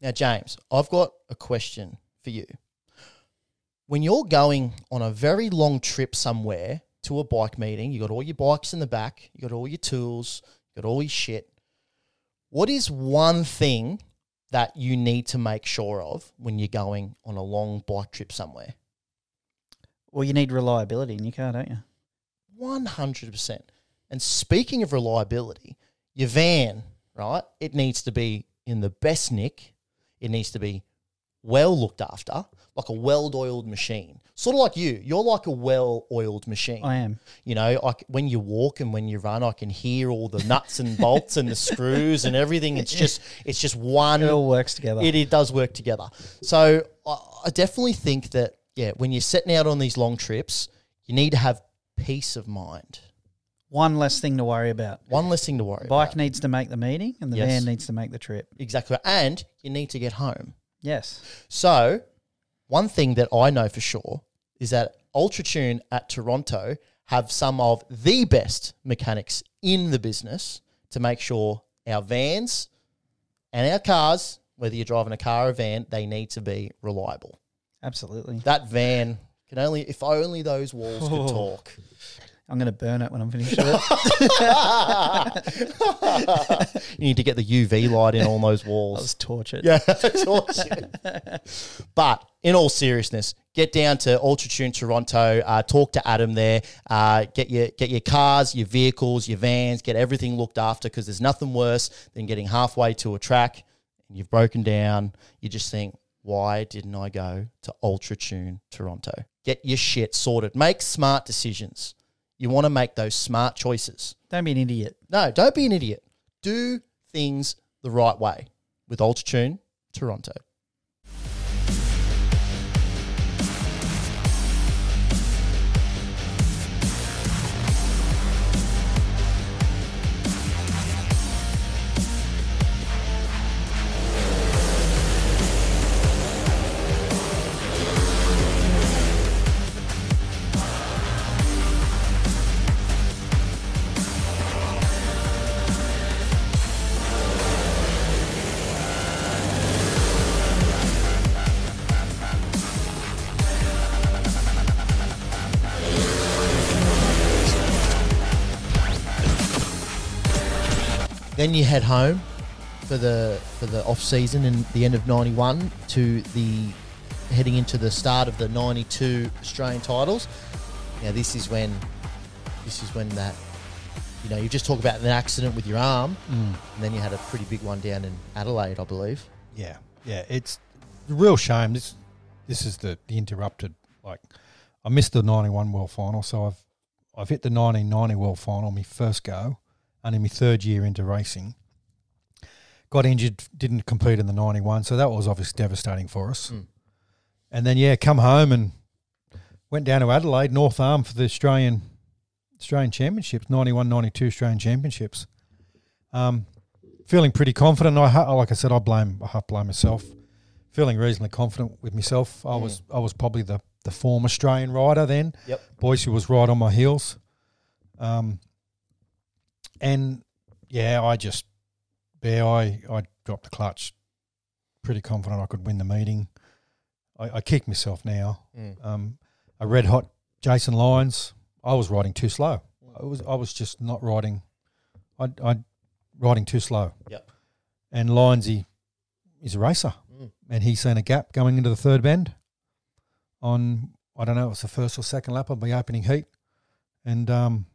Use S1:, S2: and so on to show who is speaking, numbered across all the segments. S1: Now, James, I've got a question for you. When you're going on a very long trip somewhere to a bike meeting, you got all your bikes in the back, you got all your tools, you got all your shit. What is one thing that you need to make sure of when you're going on a long bike trip somewhere?
S2: Well, you need reliability in your car, don't you?
S1: 100%. And speaking of reliability, your van, right? It needs to be in the best nick. It needs to be well looked after, like a well oiled machine. Sort of like you. You're like a well oiled machine.
S2: I am.
S1: You know, like when you walk and when you run, I can hear all the nuts and bolts and the screws and everything. It's just, it's just one.
S2: It all works together.
S1: It, it does work together. So I, I definitely think that, yeah, when you're setting out on these long trips, you need to have peace of mind.
S2: One less thing to worry about.
S1: One less thing to worry
S2: Bike
S1: about.
S2: needs to make the meeting, and the
S1: Yes.
S2: van needs to make the trip.
S1: Exactly. And you need to get home.
S2: Yes.
S1: So, one thing that I know for sure is that Ultratune at Toronto have some of the best mechanics in the business to make sure our vans and our cars, whether you're driving a car or a van, they need to be reliable.
S2: Absolutely.
S1: That van can only, if only those walls could talk.
S2: I'm going to burn it when I'm finished with it.
S1: You need to get the UV light in on those walls.
S2: I was tortured.
S1: Yeah, it's awesome. but in all seriousness, get down to Ultratune Toronto. Uh, talk to Adam there. Uh, get your get your cars, your vehicles, your vans. Get everything looked after because there's nothing worse than getting halfway to a track and you've broken down. You just think, why didn't I go to Ultratune Toronto? Get your shit sorted. Make smart decisions. You want to make those smart choices.
S2: Don't be an idiot.
S1: No, don't be an idiot. Do things the right way with Ultratune Toronto. Then you head home for the for the off season in the end of '91 to the heading into the start of the '92 Australian titles. Now this is when this is when that you know you just talk about an accident with your arm,
S3: Mm.
S1: and then you had a pretty big one down in Adelaide, I believe.
S3: Yeah, yeah. It's a real shame. This this is the, the interrupted. Like, I missed the ninety one World Final, so I've I've hit the nineteen ninety World Final, my first go, and in my third year into racing. Got injured, didn't compete in the ninety one, so that was obviously devastating for us. And then yeah, come home and went down to Adelaide North Arm for the Australian Australian Championships, 91-92 Australian Championships. Um, feeling pretty confident. I ha- like I said, I blame I half blame myself. Feeling reasonably confident with myself. I was I was probably the the form Australian rider then.
S1: Yep.
S3: Boise was right on my heels. Um, and yeah, I just yeah, I I dropped the clutch. Pretty confident I could win the meeting. I, I kick myself now. Um, a red hot Jason Lyons. I was riding too slow. I was I was just not riding. I I riding too slow.
S1: Yep.
S3: And Lyons, he is a racer,
S1: Mm.
S3: and he's seen a gap going into the third bend. On I don't know, it was the first or second lap of the opening heat, and um,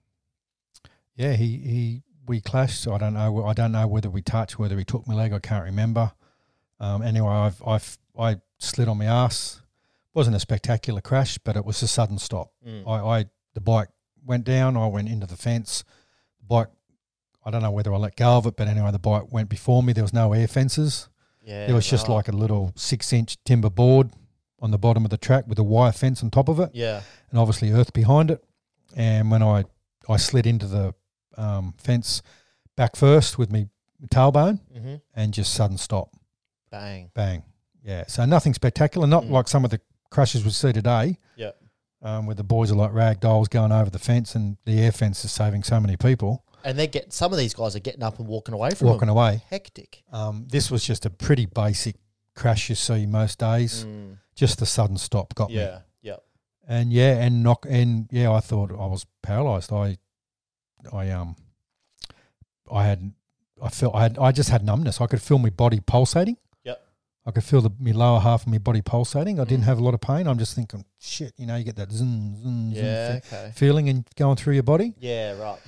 S3: yeah, he he we clashed. I don't know. I don't know whether we touched, whether he took my leg. I can't remember. Um, anyway, I've I've I slid on my ass. wasn't a spectacular crash, but it was a sudden stop.
S1: Mm.
S3: I, I the bike went down. I went into the fence. The bike. I don't know whether I let go of it, but anyway, the bike went before me. There was no air fences.
S1: Yeah,
S3: it was just like a little six-inch timber board on the bottom of the track with a wire fence on top of it
S1: yeah,
S3: and obviously earth behind it. And when I, I slid into the um, fence back first with me tailbone
S1: mm-hmm.
S3: and just sudden stop,
S1: bang,
S3: bang. Yeah, so nothing spectacular, not
S1: Mm.
S3: like some of the crashes we see today.
S1: Yeah.
S3: Um, where the boys are like rag dolls going over the fence and the air fence is saving so many people
S1: and they get some of these guys are getting up and walking away from
S3: walking
S1: them.
S3: away.
S1: Hectic.
S3: Um, this was just a pretty basic crash you see most days.
S1: Mm.
S3: Just the sudden stop got me.
S1: Yeah. Yeah.
S3: And yeah, and knock and yeah, I thought I was paralyzed. I I um I had I felt I had I just had numbness. I could feel my body pulsating.
S1: Yep.
S3: I could feel the my lower half of my body pulsating. I didn't
S1: Mm.
S3: have a lot of pain. I'm just thinking, shit, you know, you get that zoom, zoom,
S1: Yeah.
S3: zoom fe-
S1: Okay.
S3: feeling and going through your body.
S1: Yeah. Right.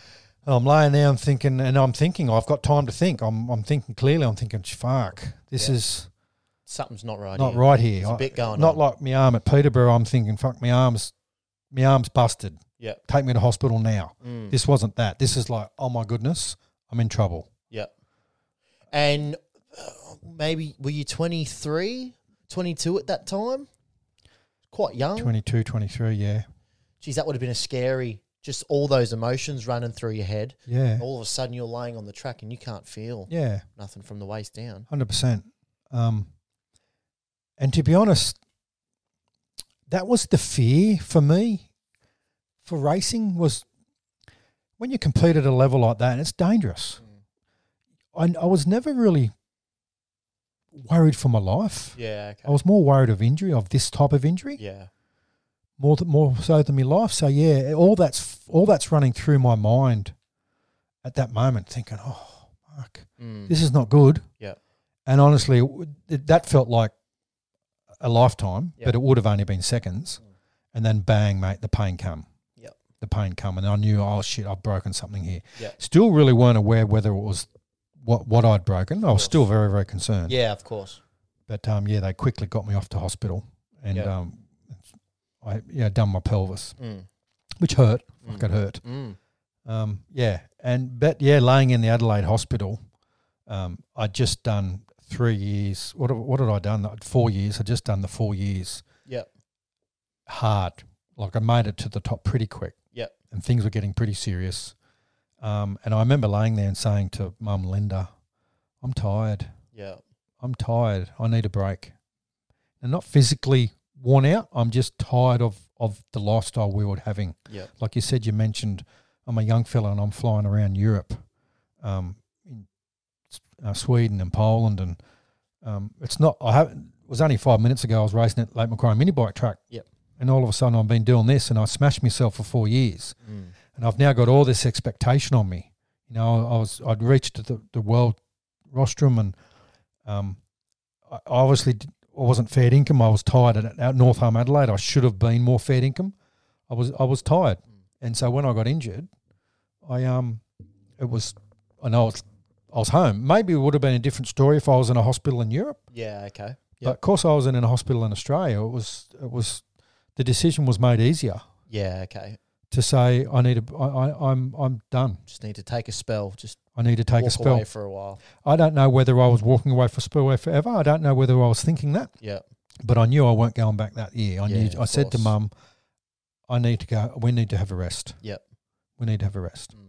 S3: And I'm laying there, I'm thinking, and I'm thinking, I've got time to think. I'm, I'm thinking clearly. I'm thinking, fuck, this
S1: Yeah.
S3: is
S1: Something's not right.
S3: not
S1: here.
S3: right here.
S1: There's a
S3: I-
S1: bit going
S3: not
S1: on.
S3: like my arm at Peterborough. I'm thinking, fuck, my arm's, my arm's busted.
S1: Yeah.
S3: Take me to hospital now.
S1: Mm.
S3: This wasn't that. This is like, oh my goodness, I'm in trouble.
S1: Yeah. And uh, maybe were you 23, 22 at that time? Quite young.
S3: 22, 23, yeah.
S1: Geez, that would have been a scary, just all those emotions running through your head.
S3: Yeah.
S1: All of a sudden you're laying on the track and you can't feel
S3: Yeah.
S1: nothing from the waist down.
S3: Hundred percent. Um, and to be honest, that was the fear for me for racing was when you compete at a level like that, and it's dangerous.
S1: Mm.
S3: I, I was never really worried for my life.
S1: Yeah.
S3: I was more worried of injury, of this type of injury,
S1: Yeah.
S3: more th- more so than my life. So yeah, all that's all that's running through my mind at that moment, thinking, oh, fuck,
S1: Mm.
S3: this is not good.
S1: Yeah.
S3: And honestly, it w- it- that felt like a lifetime,
S1: Yeah. Mm.
S3: but it would have only been seconds. And then bang, mate, the pain come.
S1: Yeah.
S3: The pain come, and I knew, oh shit, I've broken something here.
S1: Yeah.
S3: Still, really weren't aware whether it was what what I'd broken. I was
S1: course.
S3: still very very concerned.
S1: Yeah, of course.
S3: But um, yeah, they quickly got me off to hospital, and
S1: Yeah.
S3: um, I yeah done my pelvis,
S1: Mm.
S3: which hurt.
S1: Mm.
S3: Fuck, it hurt.
S1: Mm.
S3: Um, yeah, and but yeah, laying in the Adelaide hospital, um, I'd just done three years. What have- what had I done? I'd- Four years. I'd just done the four years
S1: Yeah.
S3: hard. Like I made it to the top pretty quick.
S1: Yep.
S3: And things were getting pretty serious. Um, and I remember laying there and saying to Mum Linda, "I'm tired.
S1: Yeah.
S3: I'm tired. I need a break." And not physically worn out. I'm just tired of of the lifestyle we were having
S1: Yeah.
S3: like you said, you mentioned I'm a young fella and I'm flying around Europe, um, in S- uh, Sweden and Poland, and um, it's not. I haven't. It was only five minutes ago I was racing at Lake Macquarie mini bike track.
S1: Yep.
S3: And all of a sudden I've been doing this, and I smashed myself for four years,
S1: Mm.
S3: and I've now got all this expectation on me. You know, I was I'd reached the the world rostrum, and um, I I obviously d- I wasn't fair income. I was tired at, at North Home Adelaide. I should have been more fair income. I was I was tired, and so when I got injured, I um, it was I know it's I was home. Maybe it would have been a different story if I was in a hospital in Europe.
S1: Yeah. Okay.
S3: But
S1: Yep.
S3: of course, I was in a hospital in Australia. It was it was the decision was made easier
S1: Yeah. Okay.
S3: to say I need a I, I I'm I'm done.
S1: Just need to take a spell. Just
S3: I need to take
S1: walk
S3: a spell.
S1: away for a while.
S3: I don't know whether I was walking away for spillway forever. I don't know whether I was thinking that,
S1: Yeah.
S3: but I knew I weren't going back that year. I
S1: Yeah,
S3: knew
S1: of
S3: I said to
S1: course.
S3: mum, I need to go. We need to have a rest.
S1: Yep.
S3: We need to have a rest.
S1: Mm.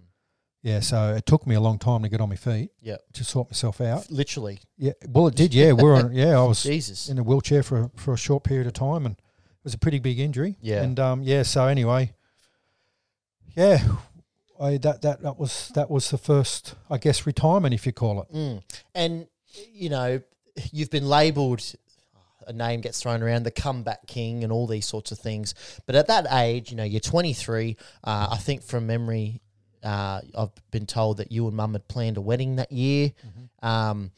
S3: Yeah, so it took me a long time to get on my feet.
S1: Yep.
S3: To sort myself out.
S1: Literally.
S3: Yeah. Well, it did. Yeah, we were on. Yeah, I was
S1: Jesus.
S3: in a wheelchair for a, for a short period of time, and it was a pretty big injury.
S1: Yeah.
S3: And um, yeah. So anyway, yeah, I that that that was that was the first, I guess, retirement if you call it.
S1: Mm. And you know, you've been labelled a name gets thrown around the comeback king and all these sorts of things. But at that age, you know, you're 23. Uh, I think from memory, uh, I've been told that you and Mum had planned a wedding that year, um,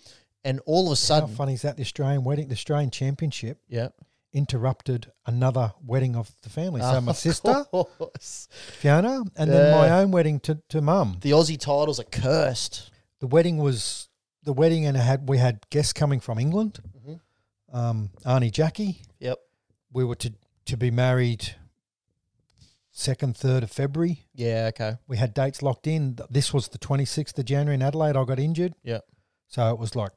S1: and all of a
S3: Mm-hmm. How
S1: sudden,
S3: funny is that? The Australian wedding, the Australian Championship
S1: yeah,
S3: interrupted another wedding of the family. So my
S1: Oh, Of
S3: sister
S1: course.
S3: Fiona, and then my
S1: Yeah.
S3: own wedding to to mum.
S1: the Aussie titles are cursed.
S3: the wedding was the wedding, and it had we had guests coming from England. Um, Arnie Jackie,
S1: Yep.
S3: we were to to be married second, third of February.
S1: Yeah. Okay.
S3: We had dates locked in. Th- This was the twenty sixth of January in Adelaide. I got injured,
S1: Yeah.
S3: so it was like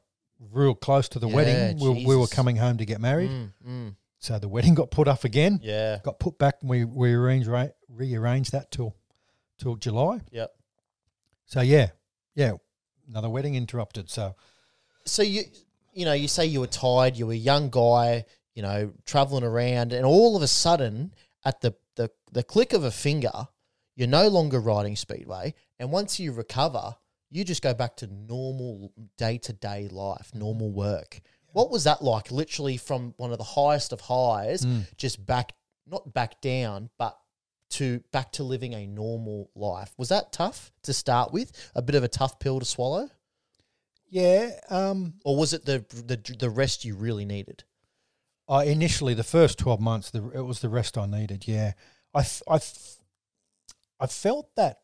S3: real close to the
S1: Yeah,
S3: wedding. We, we were
S1: Jesus.
S3: coming home to get married,
S1: Mm, mm.
S3: so the wedding got put off again.
S1: Yeah.
S3: Got put back, and we we arranged ra- rearranged that till till July.
S1: Yep.
S3: So yeah, yeah, another wedding interrupted. So
S1: so you you know you say you were tired you were a young guy you know traveling around and all of a sudden at the the, the click of a finger you're no longer riding speedway and once you recover you just go back to normal day-to-day life normal work What was that like? Literally from one of the highest of highs, just back, not back down, but to back to living a normal life. Was that tough to start with? A bit of a tough pill to swallow,
S3: Yeah. Um,
S1: or was it the the, the rest you really needed?
S3: I initially the first twelve months, the, it was the rest I needed. Yeah, I f- I f- I felt that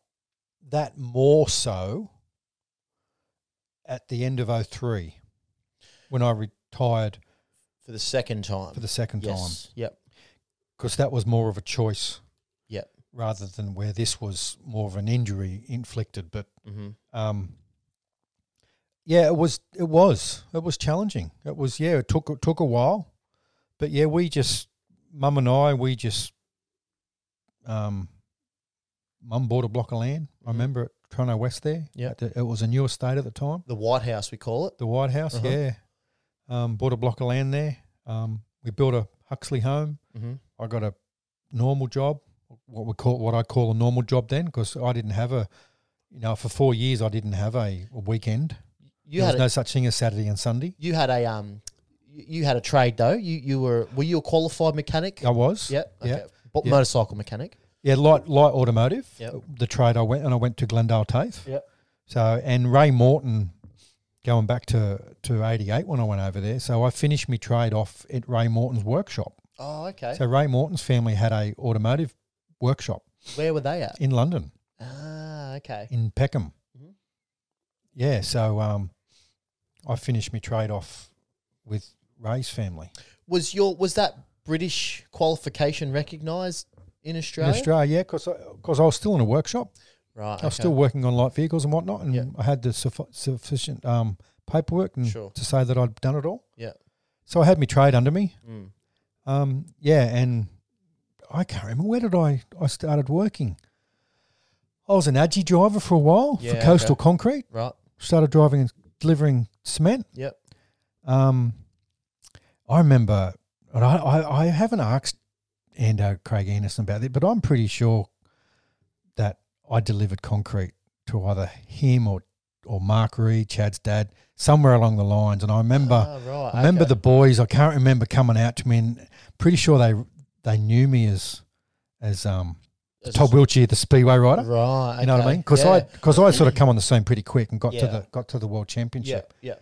S3: that more so at the end of 03 when I retired
S1: For the second time.
S3: for the second time. 'Cause time
S1: yes. Yep.
S3: because that was more of a choice
S1: Yep.
S3: rather than where this was more of an injury inflicted. But
S1: Mm-hmm.
S3: um, yeah, it was it was it was challenging. It was yeah, it took it took a while, but yeah, we just mum and I we just um, mum bought a block of land. I
S1: Mhm.
S3: remember at Trono West there.
S1: Yeah.
S3: At the- it was a new estate at the time,
S1: The White House, we call it.
S3: the White House.
S1: Uh-huh.
S3: Yeah, um, bought a block of land there. Um, we built a Huxley home.
S1: Mm-hmm.
S3: I got a normal job, what we call what I call a normal job then, because I didn't have a, you know, for four years I didn't have a, a weekend.
S1: You
S3: there
S1: had
S3: was
S1: a,
S3: no such thing as Saturday and Sunday.
S1: you had a um, you you had a trade though. You you were were you a qualified mechanic?
S3: I was.
S1: Yep. Okay.
S3: Yeah.
S1: But
S3: Yeah.
S1: motorcycle mechanic.
S3: Yeah, light light automotive.
S1: Yep.
S3: The trade I went and I went to Glendale TAFE.
S1: Yep.
S3: So and Ray Morton, going back to to eighty eight when I went over there. So I finished my trade off at Ray Morton's workshop.
S1: Oh, okay.
S3: So Ray Morton's family had a automotive workshop
S1: Where were they at?
S3: in London.
S1: Ah, okay.
S3: in Peckham.
S1: Mhm.
S3: Yeah, so um, I finished my trade off with Ray's family
S1: Was your was that British qualification recognised in Australia?
S3: in Australia. Yeah, because I, was still in a workshop.
S1: Right.
S3: I was still working on light vehicles and whatnot, and
S1: Yeah.
S3: I had the suffi- sufficient um, paperwork and
S1: Sure.
S3: to say that I'd done it all.
S1: Yeah.
S3: So I had my trade under me.
S1: Mm.
S3: Um, yeah, and I can't remember where did I I started working. I was an Adgie driver for a while
S1: Yeah,
S3: for
S1: okay.
S3: Coastal Concrete.
S1: Right.
S3: Started driving and delivering cement.
S1: Yep.
S3: Um, I remember, and I, I, I haven't asked Ando Craig Anderson about it, but I'm pretty sure that I delivered concrete to either him or or Mark Reed, Chad's dad, somewhere along the lines. And I remember,
S1: Ah, right.
S3: I remember
S1: okay.
S3: the boys. I can't remember coming out to me, and pretty sure they they knew me as as um
S1: As
S3: Todd Wiltshire, the Speedway rider.
S1: Right.
S3: You know what I
S1: okay.
S3: mean? Because
S1: yeah.
S3: I because I sort of come on the scene pretty quick and got
S1: Yeah.
S3: to the got to the world
S1: Yeah.
S3: championship.
S1: Yeah.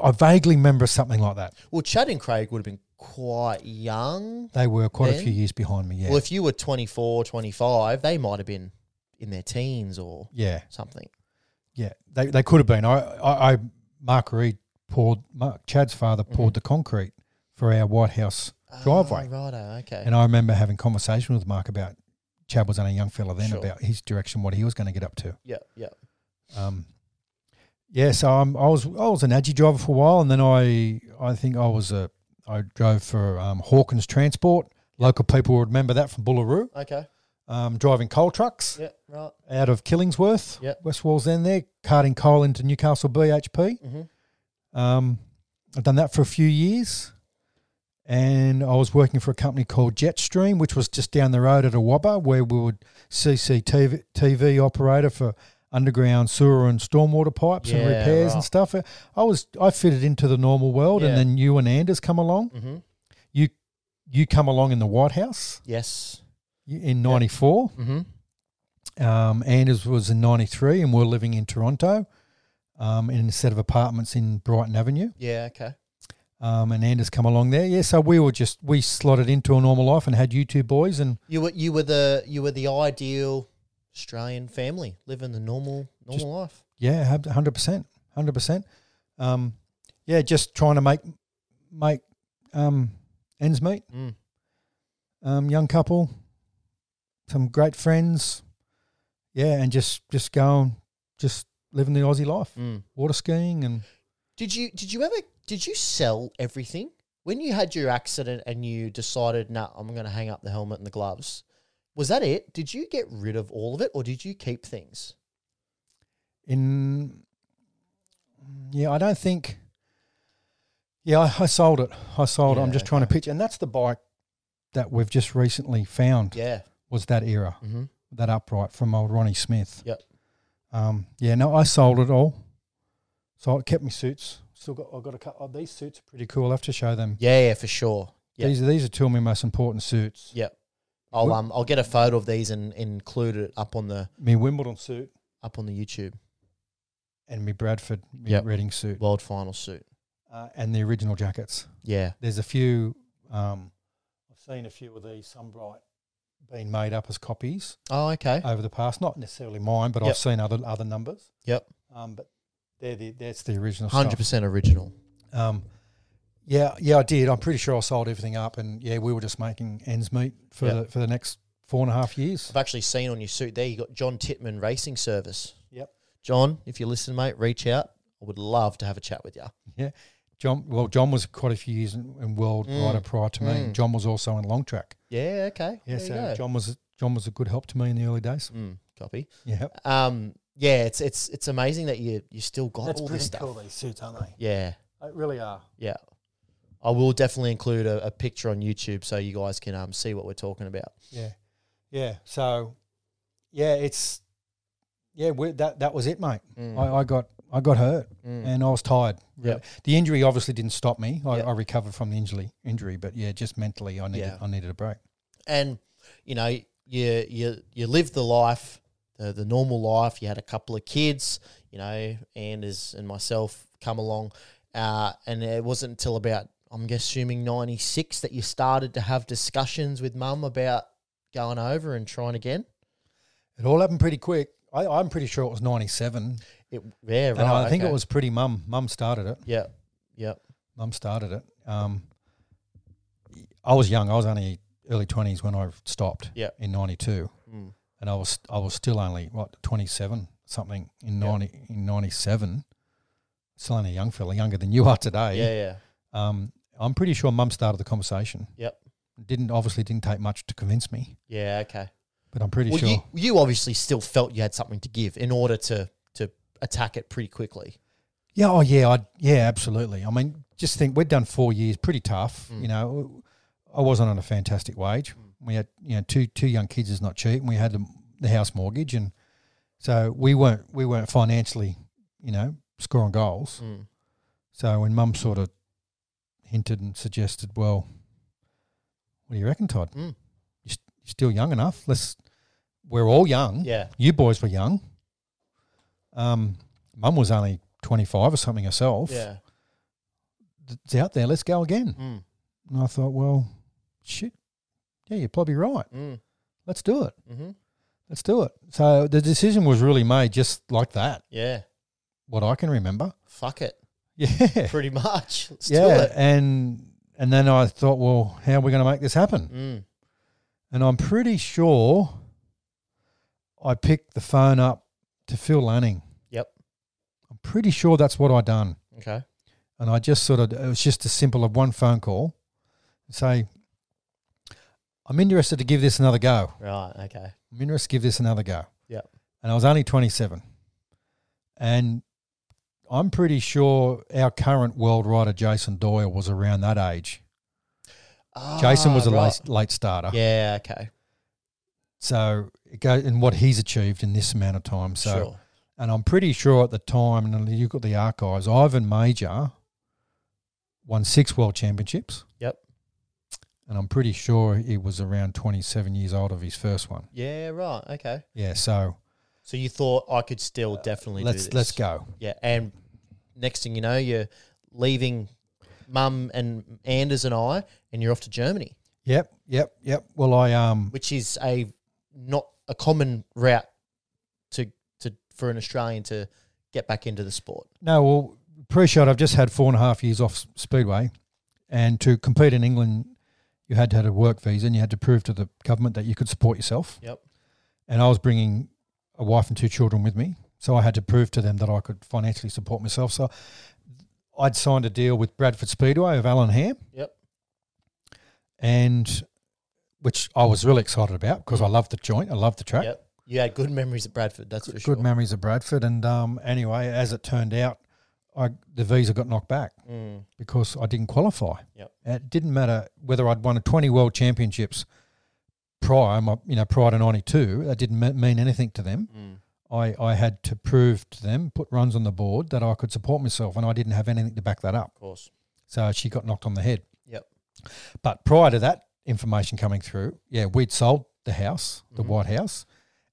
S3: I vaguely remember something like that.
S1: Well, Chad and Craig would have been quite young.
S3: They were quite a
S1: Then?
S3: few years behind me. Yeah,
S1: Well, if you were 24, 25, they might have been in their teens or
S3: yeah,
S1: something.
S3: yeah. They they could have been. I I, I Mark Reed poured Mark Chad's father
S1: Mm-hmm.
S3: poured the concrete for our White House driveway,
S1: Right. Ah, righto, okay.
S3: and I remember having conversation with Mark about Chad was only a young fella then
S1: Sure.
S3: about his direction, what he was going to get up to.
S1: yeah. Yeah.
S3: Um, yeah, so I'm, I was I was an Adgie driver for a while, and then I I think I was a I drove for um, Hawkins Transport. Local people will remember that from Bullaroo,
S1: Okay.
S3: um, driving coal trucks.
S1: Yeah. Right.
S3: out of Killingsworth,
S1: Yep.
S3: West Walls then there, carting coal into Newcastle BHP.
S1: Mhm.
S3: Um, I've done that for a few years. And I was working for a company called Jetstream, which was just down the road at Awaba, where we would CCTV TV operator for underground sewer and stormwater pipes and
S1: Yeah,
S3: repairs
S1: right.
S3: and stuff. I was I fitted into the normal world,
S1: Yeah.
S3: and then you and Anders come along.
S1: Mm-hmm.
S3: You you come along in the White House
S1: Yes.
S3: in '94
S1: Mm-hmm.
S3: um, Anders was in 93 and we are living in Toronto um, in a set of apartments in Brighton Avenue.
S1: Yeah. Okay.
S3: Um, and Anders come along there. Yeah, so we were just, we slotted into a normal life and had you two boys and
S1: You were you were the you were the ideal Australian family living the normal normal
S3: Just-
S1: life.
S3: yeah, hab- 100%, 100%. Um, yeah, just trying to make, make um, ends meet.
S1: Mm.
S3: Um, young couple, some great friends. Yeah, and just, just going, just living the Aussie life,
S1: Mm.
S3: water skiing and
S1: Did you did you ever did you sell everything when you had your accident and you decided nah I'm going to hang up the helmet and the gloves? Was that it? Did you get rid of all of it or did you keep things?
S3: in yeah i don't think yeah i, I sold it i sold it i'm
S1: Yeah,
S3: just trying to picture and that's the bike that we've just recently found
S1: Yeah.
S3: was that era
S1: Mm-hmm.
S3: that upright from old ronnie smith
S1: Yep.
S3: um yeah no i sold it all so it kept me suits still got. I've got a couple. these suits are pretty cool. I have to show them.
S1: Yeah, yeah, for sure. Yeah.
S3: These are these are two of my most important suits.
S1: Yep. I'll
S3: Wh-
S1: um I'll get a photo of these and, and include it up on the
S3: Me Wimbledon suit
S1: up on the YouTube
S3: and me Bradford me
S1: Yep.
S3: Reading suit
S1: World Final suit.
S3: uh, and the original jackets.
S1: Yeah.
S3: There's a few. Um, I've seen a few of these Sunbright being made up as copies
S1: Oh, okay.
S3: over the past. Not necessarily mine, but
S1: Yep.
S3: I've seen other other numbers.
S1: Yep.
S3: Um, but they're the that's the original. stuff.
S1: Hundred percent original.
S3: Um, yeah, yeah, I did. I'm pretty sure I sold everything up, and yeah, we were just making ends meet for
S1: Yeah.
S3: the for the next four and a half years.
S1: I've actually seen on your suit there you got John Titman Racing Service.
S3: Yep.
S1: John, if you listen, mate, reach out. I would love to have a chat with you.
S3: John, well, John was quite a few years in, in world
S1: Mm.
S3: rider prior to me.
S1: Mm.
S3: John was also in long track.
S1: Yeah, okay.
S3: Yeah,
S1: There you
S3: so
S1: go.
S3: John was John was a good help to me in the early days.
S1: Mm, copy.
S3: Yeah,
S1: Um, yeah, it's it's it's amazing that you you still got all this stuff.
S3: These suits, aren't they?
S1: Yeah,
S3: They really are.
S1: yeah. I will definitely include a, a picture on YouTube so you guys can um see what we're talking about.
S3: Yeah, yeah. So, yeah, it's yeah. we that that was it, mate.
S1: Mm,
S3: I, I got I got hurt.
S1: mm.
S3: and I was tired.
S1: Yep.
S3: Really. The injury obviously didn't stop me. I,
S1: Yep.
S3: I recovered from the injury, injury, but yeah, just mentally, I needed
S1: Yeah.
S3: I needed a break.
S1: and you know you you you live the life the, the normal life you had a couple of kids you know anders and myself come along uh, and it wasn't until about i'm assuming 96 that you started to have discussions with mum about going over and trying again
S3: It all happened pretty quick. I, I'm pretty sure it was '97,
S1: it yeah right
S3: and I think
S1: okay.
S3: it was pretty mum. Mum started it.
S1: yeah yeah
S3: Mum started it. Um, I was young. I was only early 20s when I stopped.
S1: Yep.
S3: in '92,
S1: Mm.
S3: and I was I was still only what 27 something in
S1: Yep.
S3: 90 in '97. Still only a young fella, younger than you are today.
S1: yeah yeah
S3: Um, I'm pretty sure Mum started the conversation.
S1: Yep.
S3: Didn't obviously didn't take much to convince me,
S1: yeah okay
S3: but I'm pretty
S1: well
S3: sure.
S1: you, you obviously still felt you had something to give in order to to attack it pretty quickly
S3: yeah. Oh yeah. I yeah. Absolutely. I mean, just think we'd done four years, pretty tough.
S1: Mm.
S3: You know, I wasn't on a fantastic wage. We had you know two two young kids is not cheap, and we had the, the house mortgage, and so we weren't we weren't financially, you know, scoring goals.
S1: Mm.
S3: So when Mum sort of hinted and suggested, well, what do you reckon, Todd?
S1: Mm.
S3: You're, st- you're still young enough. Let's. We're all young.
S1: yeah
S3: you boys were young. Um, Mum was only 25 or something herself.
S1: yeah
S3: It's out there. Let's go again.
S1: Mm.
S3: And I thought, well, shit. Yeah, you're probably right.
S1: Mm.
S3: Let's do it.
S1: Mm-hmm.
S3: Let's do it. So the decision was really made just like that,
S1: yeah
S3: what I can remember.
S1: fuck it,
S3: Yeah.
S1: pretty much. Let's do
S3: yeah.
S1: it.
S3: And and then I thought, well, how are we going to make this happen?
S1: Mm.
S3: And I'm pretty sure I picked the phone up to Phil Lanning.
S1: Yep.
S3: I'm pretty sure that's what I done.
S1: Okay.
S3: And I just sort of, it was just as simple of one phone call and say, I'm interested to give this another go.
S1: Right. Okay.
S3: I'm interested to give this another go.
S1: Yep.
S3: And I was only 27. And I'm pretty sure our current world rider, Jason Doyle, was around that age. Jason was
S1: Ah,
S3: a
S1: right.
S3: late, late starter.
S1: Yeah. Okay.
S3: So it goes, and what he's achieved in this amount of time. So,
S1: sure.
S3: and I'm pretty sure at the time, and you've got the archives, Ivan Major won six world championships.
S1: Yep.
S3: And I'm pretty sure he was around 27 years old of his first one.
S1: Yeah. Right. Okay.
S3: Yeah. So
S1: So you thought I could still definitely do
S3: Uh, let's
S1: this.
S3: let's go.
S1: Yeah. And next thing you know, you're leaving Mum and Anders and I, and you're off to Germany,
S3: Yep. Yep. Yep. Well, I um.
S1: which is a not a common route to to for an Australian to get back into the sport.
S3: No. Well, pre-shot. I've just had four and a half years off s- speedway, and to compete in England, you had to have a work visa, and you had to prove to the government that you could support yourself.
S1: Yep.
S3: and I was bringing a wife and two children with me. So I had to prove to them that I could financially support myself. So I'd signed a deal with Bradford Speedway of Alan Ham,
S1: Yep.
S3: and which I was really excited about because I loved the joint, I loved the track,
S1: Yep. You had good memories at Bradford. That's for
S3: good
S1: sure.
S3: memories of Bradford. And um, anyway, as it turned out, I the visa got knocked back
S1: Mm.
S3: because I didn't qualify.
S1: Yep.
S3: It didn't matter whether I'd won 20 world championships prior, my, you know, prior to 92. That didn't me- mean anything to them.
S1: Mm.
S3: I, I had to prove to them, put runs on the board, that I could support myself, and I didn't have anything to back that up.
S4: Of course.
S3: So she got knocked on the head.
S4: Yep.
S3: But prior to that information coming through, yeah, we'd sold the house, the
S4: Mhm.
S3: White House,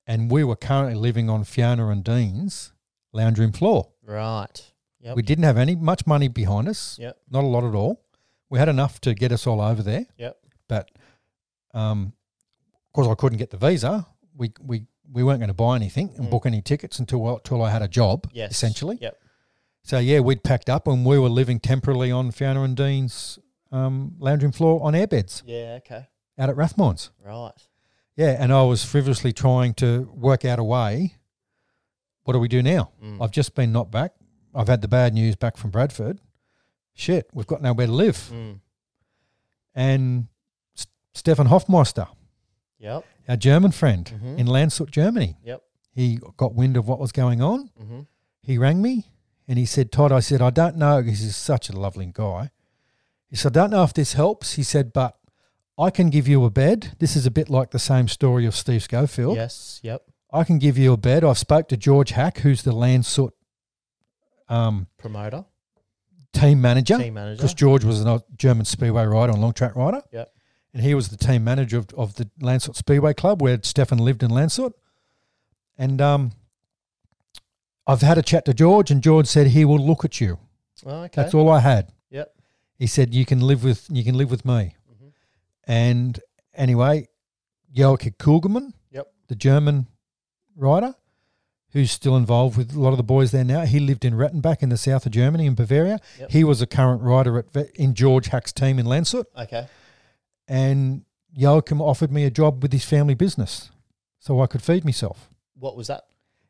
S3: and we were currently living on Fiona and Dean's lounge room floor.
S4: Right. Yep.
S3: We didn't have any much money behind us.
S4: Yep.
S3: Not a lot at all. We had enough to get us all over there.
S4: Yep.
S3: But um because I couldn't get the visa, we we we weren't going to buy anything and
S4: Mm.
S3: book any tickets until I- until I had a job,
S4: Yes.
S3: essentially.
S4: Yep.
S3: So yeah, we'd packed up and we were living temporarily on Fiona and Dean's um, lounge room floor on airbeds
S4: Yeah. Okay.
S3: out at Rathmines.
S4: Right.
S3: Yeah, and I was frivolously trying to work out a way. What do we do now?
S1: Hmm.
S4: Mm.
S3: I've just been knocked back. I've had the bad news back from Bradford. Shit, we've got nowhere to live.
S1: Hmm.
S4: Mm.
S3: And S- Stefan Hofmeister,
S4: Yep.
S3: our German friend
S4: Mhm.
S3: in Landshut, Germany,
S4: Yep.
S3: he got wind of what was going on.
S1: Mm-hmm.
S4: Mhm.
S3: he rang me and he said, Todd, I said, I don't know. 'cause He's such a lovely guy. He said, I don't know if this helps. He said, but I can give you a bed. This is a bit like the same story of Steve Schofield.
S4: Yes. Yep.
S3: I can give you a bed. I've spoke to George Hack, who's the Landsoot um,
S4: Promoter.
S3: team manager.
S4: Team manager.
S3: Because George was a German speedway rider and long track rider.
S4: Yep.
S3: And he was the team manager of, of the Landsort Speedway Club where Stefan lived in Landsort. And um, I've had a chat to George, and George said he will look at you.
S4: Oh, okay.
S3: That's all I had.
S4: Yep.
S3: He said you can live with you can live with me.
S4: Mhm.
S1: Mm-hmm.
S3: And anyway, Joachim Kugelmann,
S4: Yep.
S3: the German rider, who's still involved with a lot of the boys there now. He lived in Rattenbach in the south of Germany in Bavaria.
S4: Yep.
S3: He was a current rider at Ve- in George Hack's team in Landshut,
S4: Okay.
S3: and Joachim offered me a job with his family business, so I could feed myself
S4: What was that?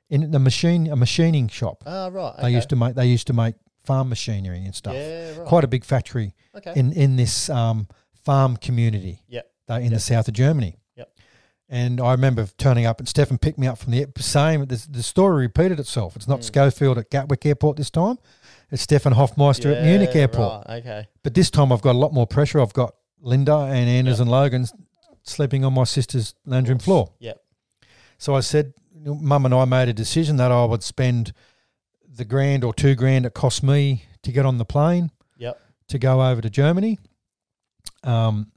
S3: in the machine a machining shop.
S4: Ah, right. Okay.
S3: They used to make they used to make farm machinery and stuff.
S4: Yeah. Right.
S3: Quite a big factory
S4: okay.
S3: in in this um, farm community.
S4: Yep.
S3: They're in the south of Germany.
S4: Yep.
S3: And I remember turning up, and Stefan picked me up from the same. The, the story repeated itself. It's
S4: Mm.
S3: not Schofield at Gatwick Airport this time. It's Stefan Hofmeister at Munich
S4: Yeah,
S3: Airport.
S4: Right. Okay.
S3: But this time I've got a lot more pressure. I've got Linda and Anders and Logan s- sleeping on my sister's lounge room floor.
S4: Yep.
S3: So I said, Mum and I made a decision that I would spend the grand or two grand it cost me to get on the plane
S4: Yep.
S3: to go over to Germany. Um,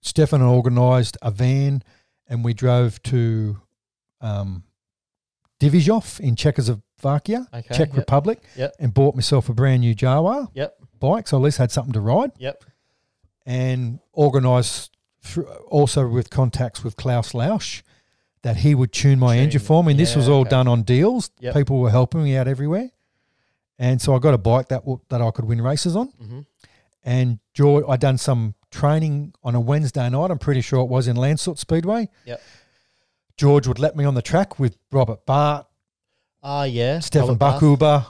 S3: Stefan organised a van and we drove to um, Divizhov in Czechoslovakia,
S4: Okay,
S3: Czech
S4: yep.
S3: Republic,
S4: Yep.
S3: and bought myself a brand new Jawa
S4: Yep.
S3: bike. So at least I had something to ride
S4: Yep.
S3: and organised through, also with contacts with Klaus Lausch that he would tune my
S4: Tune,
S3: engine for me. And this
S4: yeah,
S3: was all
S4: okay.
S3: done on deals.
S4: Yep.
S3: People were helping me out everywhere. And so I got a bike that w- that I could win races on
S4: Mhm.
S3: and George, I done some training on a Wednesday night. I'm pretty sure it was in Landsort Speedway.
S4: Yep.
S3: George would let me on the track with Robert Bart,
S4: Ah, yeah.
S3: Stefan
S4: Robert Bath.
S3: Bakuba,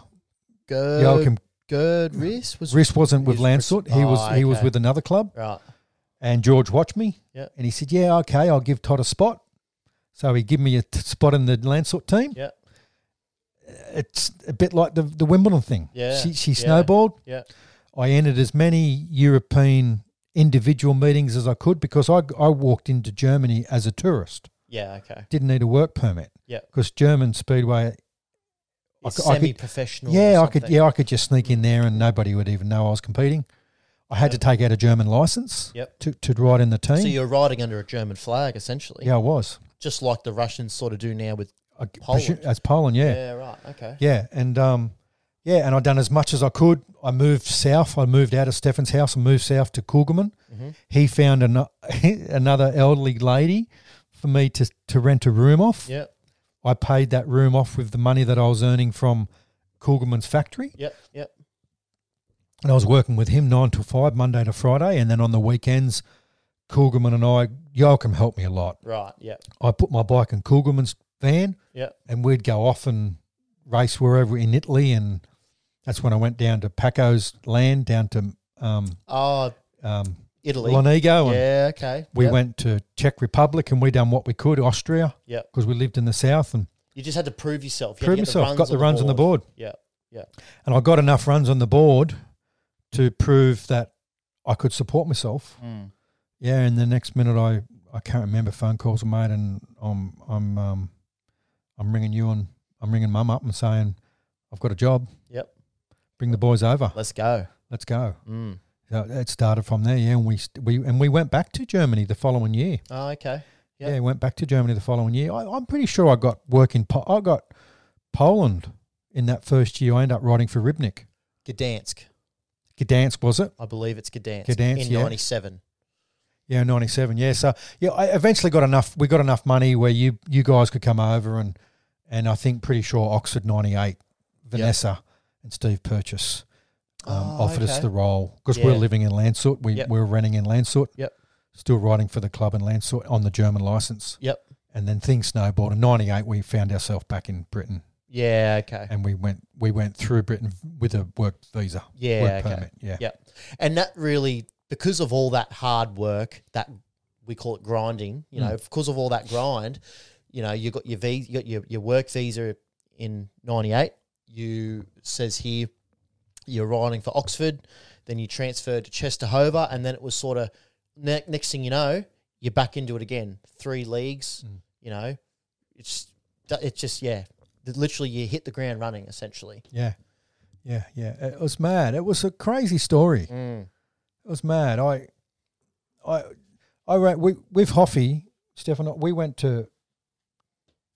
S4: Good.
S3: Joachim.
S4: Good. Wrist Uh, was
S3: Rhys wasn't with
S4: He's Chris-
S3: Landsort. He was
S4: Oh,
S3: he was
S4: okay.
S3: with another club.
S4: right.
S3: And George watched me.
S4: Yep.
S3: And he said, "Yeah, okay, I'll give Todd a spot." So he give me a t- spot in the Landsort team.
S4: Yep.
S3: It's a bit like the the Wimbledon thing.
S4: Yeah,
S3: She she
S4: yeah.
S3: snowballed.
S4: Yep.
S3: I entered as many European individual meetings as I could because I I walked into Germany as a tourist.
S4: Yeah. Okay.
S3: didn't need a work permit.
S4: Yep.
S3: Because German speedway, I
S4: It's
S3: c- I could-
S4: semi-professional. or
S3: yeah, I could
S4: something.
S3: yeah I could just sneak in there and nobody would even know I was competing. I had to take out a German license
S4: Yep.
S3: to, to ride in the team.
S4: So you're riding under a German flag, essentially.
S3: yeah, I was.
S4: Just like the Russians sort of do now with.
S3: I,
S4: Poland.
S3: presu- As Poland, yeah. yeah,
S4: Yeah. Right. Okay.
S3: and um, yeah, and I done as much as I could. I moved south. I moved out of Stefan's house and moved south to Kugelman.
S4: Mhm.
S3: He found an, another elderly lady for me to to rent a room off.
S4: Yep.
S3: I paid that room off with the money that I was earning from Kugelman's factory.
S4: Yep. Yep.
S3: And I was working with him nine to five, Monday to Friday. And then on the weekends, Kugelman and I, Joachim helped me a lot.
S4: Right. Yep.
S3: I put my bike in Kugelman's van
S4: Yep.
S3: and we'd go off and race wherever in Italy. And that's when I went down to Paco's land, down to um,
S4: Oh,
S3: um,
S4: Italy.
S3: Lonigo. And
S4: Yeah. Okay.
S3: we
S4: Yep.
S3: went to Czech Republic and we done what we could, Austria,
S4: Yep.
S3: because we lived in the south and
S4: You just had to prove yourself. You had
S3: proved
S4: to get
S3: myself, got the runs on the board.
S4: Yeah.
S3: and I got enough runs on the board to prove that I could support myself.
S4: Mm.
S3: Yeah, and the next minute I I can't remember phone calls were made, and I'm I'm um, I'm ringing you on I'm ringing mum up and saying, I've got a job.
S1: Yep.
S3: Bring the boys over.
S1: Let's go.
S3: Let's go.
S1: Mm.
S3: So it started from there, yeah. And we st- we and we went back to Germany the following year.
S4: Ah,
S1: Oh, okay. Yep.
S3: Yeah, went back to Germany the following year. I, I'm pretty sure I got work in. Po- I got Poland in that first year. I ended up writing for Ribnik.
S1: Gdansk.
S3: Gdansk was it?
S1: I believe it's Gdansk.
S3: Gdansk,
S1: in
S3: yeah.
S1: 97.
S3: Yeah, ninety seven. Yeah, so yeah, I eventually got enough. We got enough money where you you guys could come over and and I think pretty sure Oxford ninety eight, Vanessa and Steve Purchase um,
S1: Oh,
S3: offered us
S1: okay.
S3: the role because we were
S1: Yeah.
S3: living in Landshut. We,
S1: Yep.
S3: we were renting in Landshut.
S1: Yep.
S3: Still writing for the club in Landshut on the German license.
S1: Yep.
S3: And then things snowballed. In ninety eight, we found ourselves back in Britain,
S1: Yeah, okay.
S3: and we went we went through Britain with a work visa,
S1: Yeah,
S3: work
S1: okay.
S3: permit. Yeah.
S1: Yep. And that really, because of all that hard work, that we call it grinding, you know, because of all that grind, you know, you got your visa, you got your, your work visa in 98. You says here, you're riding for Oxford, then you transferred to Chester Hover, and then it was sort of ne- next thing you know, you're back into it again. Three leagues, you know, it's it's just yeah, literally you hit the ground running essentially.
S3: Yeah, yeah, yeah. It was mad. It was a crazy story. It was mad. I, I, I ran, we, with Hoffy, Stefan, we went to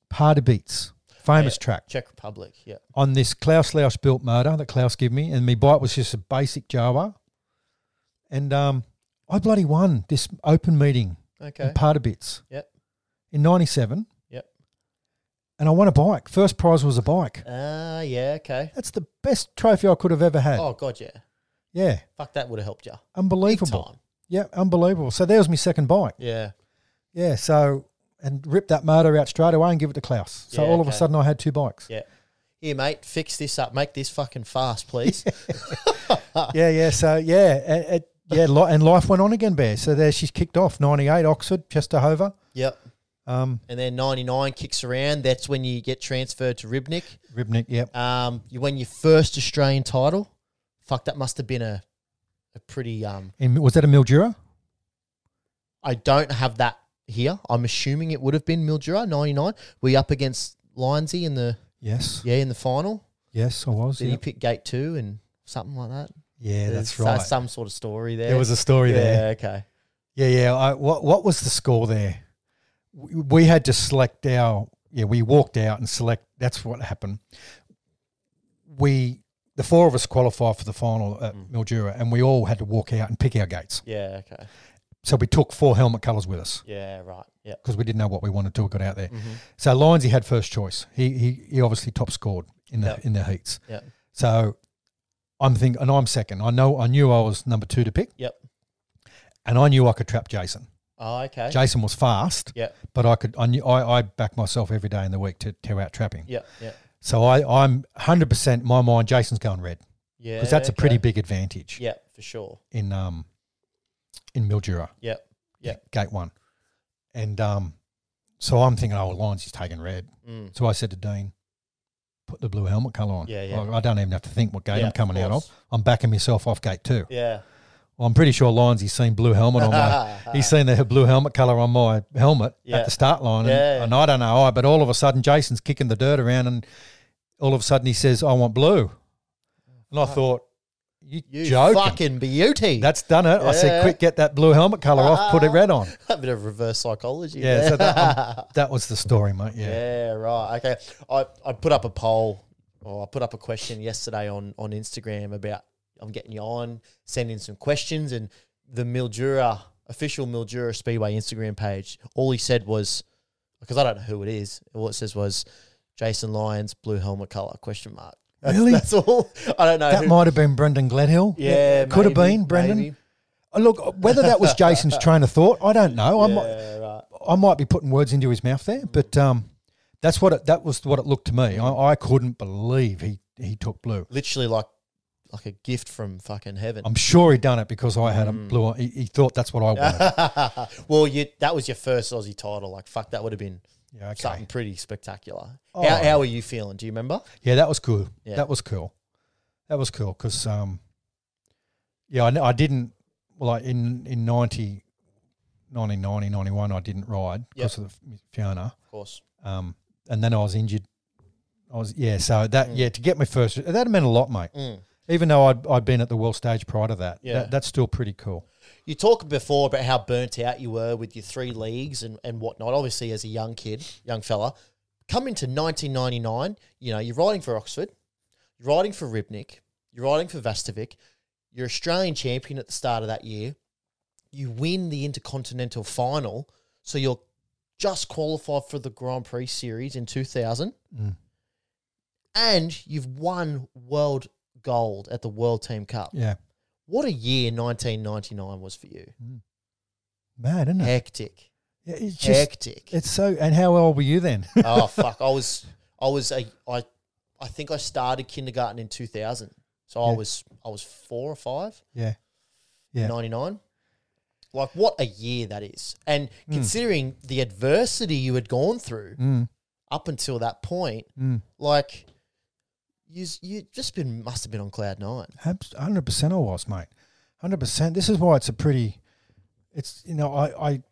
S3: Party Beats, famous track,
S1: Czech Republic, yeah,
S3: on this Klaus Lausch built motor that Klaus gave me, and my bike was just a basic Jawa. And um, I bloody won this open meeting
S1: okay,
S3: in Party Beats
S1: yep,
S3: in 97,
S1: yep.
S3: and I won a bike. First prize was a bike.
S1: Ah, yeah, okay.
S3: That's the best trophy I could have ever had.
S1: Oh god, yeah.
S3: Yeah,
S1: Fuck, that would have helped you. Big
S3: unbelievable.
S1: time.
S3: Yeah, unbelievable. So there was my second bike.
S1: Yeah,
S3: Yeah, so and rip that motor out straight away and give it to Klaus. So
S1: Yeah,
S3: all of a
S1: okay.
S3: sudden I had two bikes.
S1: yeah. Here, mate, fix this up. Make this fucking fast, please.
S3: yeah, yeah. So yeah, it, it, yeah, li- and life went on again, Bear. So there she's kicked off. Ninety eight Oxford, Chester Hover.
S1: yep.
S3: Um,
S1: And then ninety nine kicks around. That's when you get transferred to Ribnik.
S3: Ribnik, yep.
S1: Um, you win your first Australian title. Fuck, that must have been a, a pretty. Um,
S3: And was that a Mildura?
S1: I don't have that here. I'm assuming it would have been Mildura ninety nine. Were you up against Lionsy in the
S3: Yes.
S1: yeah in the final?
S3: Yes, I was.
S1: Did
S3: Yeah,
S1: he pick gate two and something like that?
S3: Yeah,
S1: There's
S3: that's
S1: so-
S3: right.
S1: Some sort of story there.
S3: there was a story there.
S1: Yeah, okay.
S3: Yeah, yeah. I, what what was the score there? We, we had to select our. Yeah, we walked out and select. That's what happened. We the four of us qualified for the final at Mildura, and we all had to walk out and pick our gates.
S1: Yeah, okay.
S3: So we took four helmet colours with us
S1: Yeah, right. Yeah.
S3: because we didn't know what we wanted till we got out there. So Lyons, he had first choice. He he, he obviously top scored in the
S1: Yep.
S3: in the heats.
S1: Yep.
S3: So I'm thinking, and I'm second. I know I knew I was number two to pick,
S1: Yep.
S3: and I knew I could trap Jason.
S1: Oh, okay.
S3: Jason was fast.
S1: yep.
S3: but I could I knew, I, I back myself every day in the week to tear out trapping.
S1: Yep. Yep.
S3: So I I'm hundred percent my mind. Jason's going red
S1: Yeah.
S3: because that's a pretty
S1: okay.
S3: big advantage
S1: Yep, for sure.
S3: in um in Mildura
S1: Yep. Yep.
S3: gate one, and um so I'm thinking oh well, Lyons is taking red.
S1: Mm.
S3: So I said to Dean, put the blue helmet colour on.
S1: Yeah, yeah.
S3: I, I don't even have to think what gate
S1: Yeah,
S3: I'm
S1: of
S3: coming out
S1: course.
S3: of. I'm backing myself off gate two.
S1: Yeah.
S3: Well, I'm pretty sure Lyons he's seen blue helmet on my. He's seen the blue helmet colour on my helmet
S1: Yeah.
S3: at the start line, and,
S1: Yeah.
S3: and I don't know why, but all of a sudden Jason's kicking the dirt around, and all of a sudden he says, "I want blue," and I thought, "You,
S1: you
S3: joking?
S1: fucking beauty.
S3: That's done it." I said,
S1: Yeah.
S3: "Quick, get that blue helmet colour off, put it red on."
S1: a bit of reverse psychology.
S3: Yeah,
S1: there.
S3: so that, um, that was the story, mate. Yeah,
S1: Yeah, right. Okay. I, I put up a poll or I put up a question yesterday on, on Instagram about I'm getting you on, sending some questions and the Mildura official Mildura Speedway Instagram page, all he said was because I don't know who it is, all it says was Jason Lyons, blue helmet colour, question mark. That's,
S3: Really?
S1: That's all. I don't know.
S3: that
S1: who-
S3: might have been Brendan Gledhill.
S1: yeah,
S3: could have
S1: maybe,
S3: been Brendan.
S1: maybe.
S3: Uh, Look, whether that was Jason's train of thought, I don't know. I might,
S1: Yeah, right.
S3: I might be putting words into his mouth there, but um, that's what it, that was what it looked to me. I, I couldn't believe he he took blue.
S1: Literally like like a gift from fucking heaven.
S3: I'm sure he done it because I had
S1: Hmm.
S3: him blue. He, he thought that's what I wanted.
S1: well, you that was your first Aussie title. Like fuck, that would have been
S3: Yeah, okay.
S1: something pretty spectacular.
S3: Oh.
S1: How, how are you feeling? Do you remember?
S3: Yeah, that was cool.
S1: Yeah.
S3: That was cool. That was cool because um, yeah, I, kn- I didn't well like in in 90, 1990, 91, I didn't ride because of the Fiona.
S1: Of course.
S3: Um, and then I was injured. I was yeah. So that
S1: Hmm.
S3: yeah, to get my first that meant a lot, mate.
S1: Mm.
S3: Even though I'd I'd been at the world stage prior to that.
S1: Yeah.
S3: That, that's still pretty cool.
S1: You talked before about how burnt out you were with your three leagues and, and whatnot. Obviously, as a young kid, young fella, come into 1999, you know, you're riding for Oxford, you're riding for Ribnik, you're riding for Vastovic, you're Australian champion at the start of that year, you win the Intercontinental Final, so you're just qualified for the Grand Prix Series in 2000,
S3: Mm.
S1: and you've won world gold at the World Team Cup.
S3: Yeah.
S1: What a year 1999 was for you.
S3: Mad, isn't it?
S1: Hectic.
S3: Yeah, it's just
S1: Hectic.
S3: it's so. And how old were you then?
S1: oh fuck! I was, I was a, I, I think I started kindergarten in two thousand. So I
S3: Yeah.
S1: was, I was four or five.
S3: yeah. Yeah.
S1: Ninety nine. Like what a year that is, and
S3: Hmm.
S1: considering the adversity you had gone through
S3: Mm.
S1: up until that point,
S3: Mm.
S1: like you, you just been must have been on cloud nine.
S3: Hundred percent, I was, mate. Hundred percent. This is why it's a pretty. It's you know I I.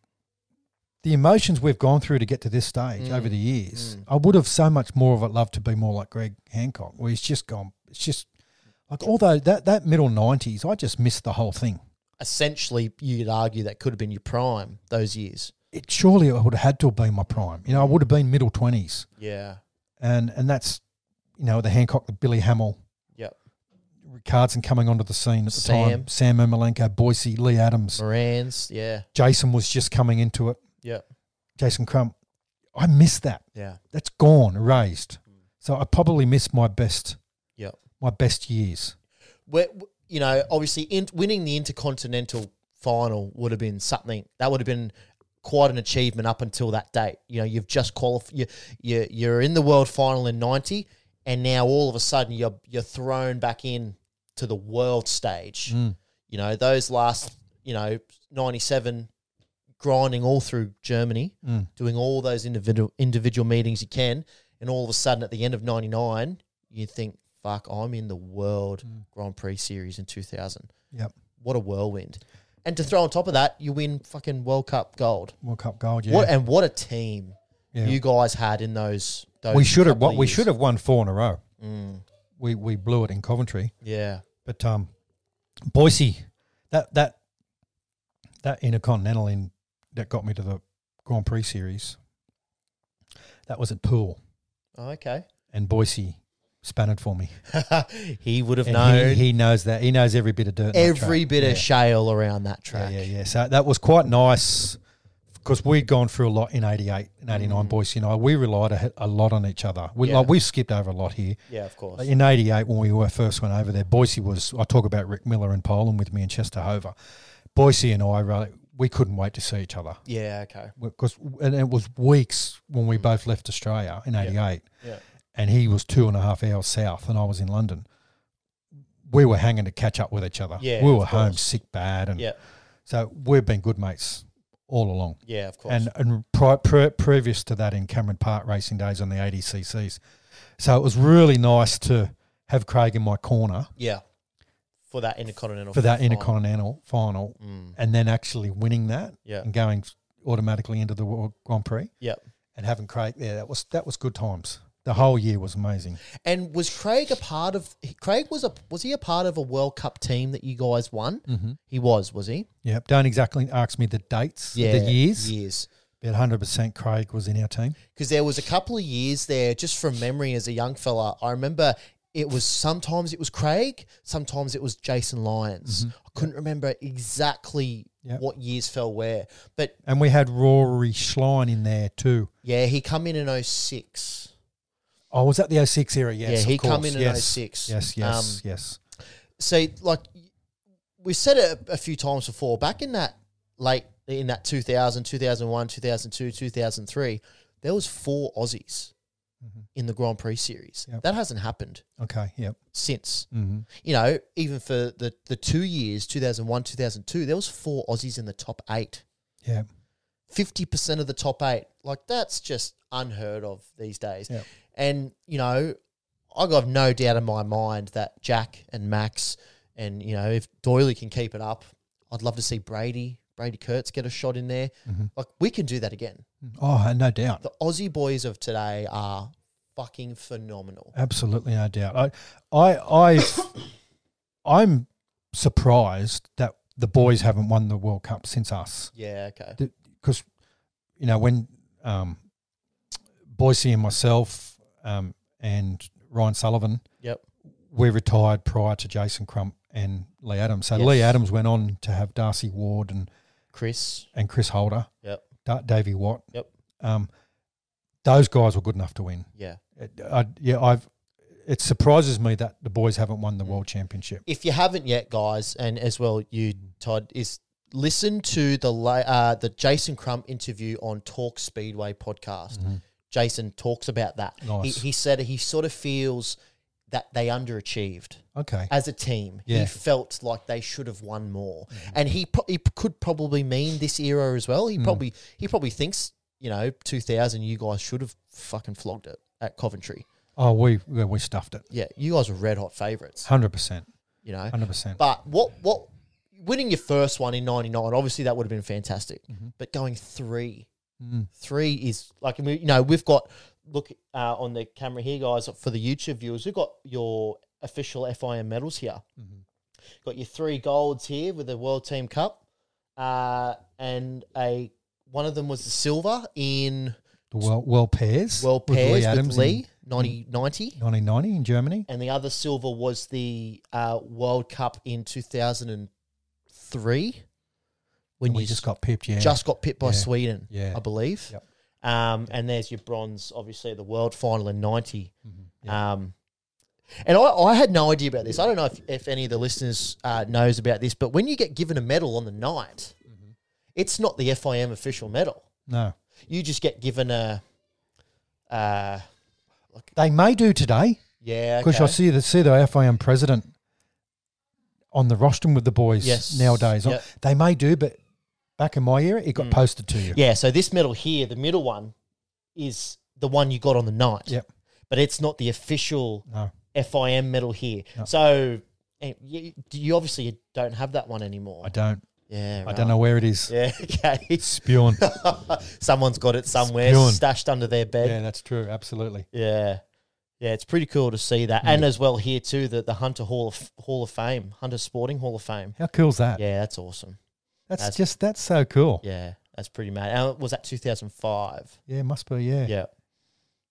S3: The emotions we've gone through to get to this stage over the years, I would have so much more of it loved to be more like Greg Hancock, where he's just gone. It's just like although that that middle nineties, I just missed the whole thing.
S1: Essentially, you'd argue that could have been your prime those years.
S3: It surely I would have had to have been my prime. You know, I would have been middle twenties,
S1: Yeah.
S3: and and that's you know the Hancock, the Billy Hamill,
S1: Yep.
S3: Cardson coming onto the scene at the time, Sam Ermolenko, Boise, Lee Adams,
S1: Morans. Yeah.
S3: Jason was just coming into it.
S1: Yep.
S3: Jason Crump, I miss that.
S1: Yeah.
S3: That's gone, erased. So I probably miss my best,
S1: Yep.
S3: my best years.
S1: we you know, obviously in, winning the Intercontinental final would have been something that would have been quite an achievement up until that date. You know, you've just qualified, you, you, you're in the world final in 90, and now all of a sudden you're, you're thrown back in to the world stage. You know, those last, you know, 97 grinding all through Germany, doing all those individual individual meetings you can, and all of a sudden at the end of '99, you think, "Fuck, I'm in the World Grand Prix Series in 2000."
S3: Hmm. Yep.
S1: What a whirlwind! And to throw on top of that, you win fucking World Cup gold.
S3: World Cup gold, yeah.
S1: What and what a team
S3: Yeah.
S1: you guys had in those. those
S3: we should have
S1: couple
S3: what
S1: of
S3: we
S1: years.
S3: should have won four in a row. We we blew it in Coventry,
S1: Yeah,
S3: but um, Boise, that that that intercontinental in that got me to the Grand Prix series. That was at Poole,
S1: oh, okay.
S3: and Boise spanned it for me.
S1: he would have
S3: And
S1: known
S3: he, he knows that. He knows every bit of dirt. in that
S1: every
S3: track.
S1: bit
S3: Yeah.
S1: of shale around that track.
S3: Yeah, yeah, yeah. So that was quite nice because we'd gone through a lot in 88 and 89, boys. You know, we relied a, a lot on each other. We,
S1: Mm. Yeah.
S3: like, we've skipped over a lot here.
S1: Yeah, of course.
S3: In '88, when we were first went over there, Boise was. I talk about Rick Miller in Poland with me in Chester Hover. Boise and I, really, we couldn't wait to see each other
S1: Yeah, okay.
S3: because, and it was weeks when we both left Australia in '88,
S1: Yeah.
S3: and he was two and a half hours south, and I was in London. We were hanging to catch up with each other.
S1: Yeah,
S3: we
S1: of
S3: were home
S1: course.
S3: sick bad, and
S1: Yeah,
S3: so we've been good mates all along.
S1: yeah, of course.
S3: And and pri- pre- previous to that, in Cameron Park racing days on the ADCCs, so it was really nice to have Craig in my corner
S1: Yeah. For that intercontinental.
S3: for that
S1: final.
S3: intercontinental final,
S1: Mm.
S3: and then actually winning that
S1: Yeah.
S3: and going automatically into the World Grand Prix
S1: Yeah.
S3: and having Craig there. That was that was good times. The whole year was amazing.
S1: And was Craig a part of? Craig was a was he a part of a World Cup team that you guys won? Mm-hmm. He was, was he?
S3: Yeah, don't exactly ask me the dates, the years,
S1: years.
S3: but hundred percent Craig was in our team.
S1: Because there was a couple of years there, just from memory as a young fella, I remember it was sometimes it was Craig, sometimes it was Jason Lyons. I couldn't remember exactly
S3: Yeah.
S1: what years fell where, but
S3: And we had Rory Schlein in there too.
S1: yeah, he come in in 06.
S3: Oh, was that the 06 era? Yes,
S1: Yeah,
S3: of
S1: he come
S3: course.
S1: in in Um,
S3: yes.
S1: 06.
S3: Yes, yes, yes.
S1: so like we said it a, a few times before back in that late in that 2000 2001 2002 2003 there was four aussies in the grand prix series
S3: Yep.
S1: that hasn't happened
S3: Okay, yep.
S1: since
S3: Mm-hmm.
S1: you know even for the the two years 2001 2002 there was four aussies in the top eight
S3: Yeah,
S1: 50% of the top eight. Like, that's just unheard of these days.
S3: Yeah.
S1: And, you know, I got no doubt in my mind that Jack and Max, and, you know, if Doyley can keep it up, I'd love to see Brady, Brady Kurtz get a shot in there. Like, we can do that again.
S3: Oh, no doubt.
S1: The Aussie boys of today are fucking
S3: Uh,
S1: phenomenal.
S3: Absolutely, no doubt. I, I, I, I'm surprised that the boys haven't won the World Cup since us,
S1: Yeah, okay.
S3: because you know when um, Boise and myself um, and Ryan Sullivan,
S1: Yep.
S3: we retired prior to Jason Crump and Lee Adams. So Lee
S4: Yes.
S3: Adams went on to have Darcy Ward and
S4: Chris.
S3: and Chris Holder,
S1: Yep.
S3: Da- Davey Watt.
S1: Yep.
S3: Um, those guys were good enough to win.
S1: Yeah.
S3: It- I, yeah, I've. It surprises me that the boys haven't won the world championship.
S1: If you haven't yet, guys, and as well you, Todd, is listen to the la- uh, the Jason Crump interview on Talk Speedway podcast. Jason talks about that.
S3: Mm-hmm. Nice.
S1: He, he said he sort of feels that they underachieved.
S3: Okay,
S1: as a team. He
S3: Yeah. Mm-hmm.
S1: felt like they should have won more, and he pro- he p- could probably mean this era as well. He
S3: Mm.
S1: probably he probably thinks you know two thousand. You guys should have fucking flogged it at Coventry.
S3: oh we we, we stuffed it,
S1: Yeah, you guys were red hot favourites.
S3: hundred percent,
S1: You know,
S3: hundred percent.
S1: but what what winning your first one in '99? Obviously, that would have been fantastic.
S3: Mm-hmm.
S1: But going three,
S3: Mm,
S1: three is like I mean, you know we've got look uh, on the camera here, guys, for the YouTube viewers. We've got your official FIM medals here.
S3: mm-hmm.
S1: Got your three golds here with the World Team Cup, uh, and a one of them was the silver in
S3: The world world pairs,
S1: world
S3: with
S1: pairs with
S3: Adams in
S1: Lee, 9090.
S3: 1990 in Germany.
S1: and the other silver was the uh, World Cup in 2003 when
S3: And we
S1: you
S3: just
S1: just got,
S3: got pipped, yeah.
S1: just got pipped by
S3: Yeah.
S1: Sweden,
S3: Yeah.
S1: I believe.
S3: Yep.
S1: Um, and there's your bronze, obviously, at the World Final in 90.
S3: Yeah.
S1: Um, and I, I had no idea about this. I don't know if, if any of the listeners uh, knows about this, but when you get given a medal on the night,
S3: Mm-hmm.
S1: it's not the FIM official medal.
S3: no,
S1: You just get given a, uh,
S3: they may do today
S1: yeah,
S3: because
S1: okay.
S3: I see the see the FIM president on the rostrum with the boys
S1: Yes.
S3: nowadays.
S1: Yep.
S3: They may do, but back in my era, it got posted to you.
S1: Mm. Yeah, so this medal here, the middle one, is the one you got on the night.
S3: Yep.
S1: But it's not the official
S3: No.
S1: FIM medal here. So eh, you, you obviously don't have that one anymore.
S3: I don't.
S1: yeah,
S3: I don't know where it is.
S1: right. Yeah, okay.
S3: It's spewing.
S1: Someone's got it somewhere
S3: Spewing.
S1: stashed under their bed.
S3: yeah, that's true. Absolutely.
S1: Yeah. yeah. it's pretty cool to see that.
S3: Mm.
S1: And as well here too, the, the Hunter Hall of Hall of Fame, Hunter Sporting Hall of Fame.
S3: How cool's that?
S1: Yeah, that's awesome.
S3: that's,
S1: that's-
S3: just that's so cool.
S1: Yeah, that's pretty mad. And was that 2005?
S3: Yeah, must be. Yeah.
S1: Yeah.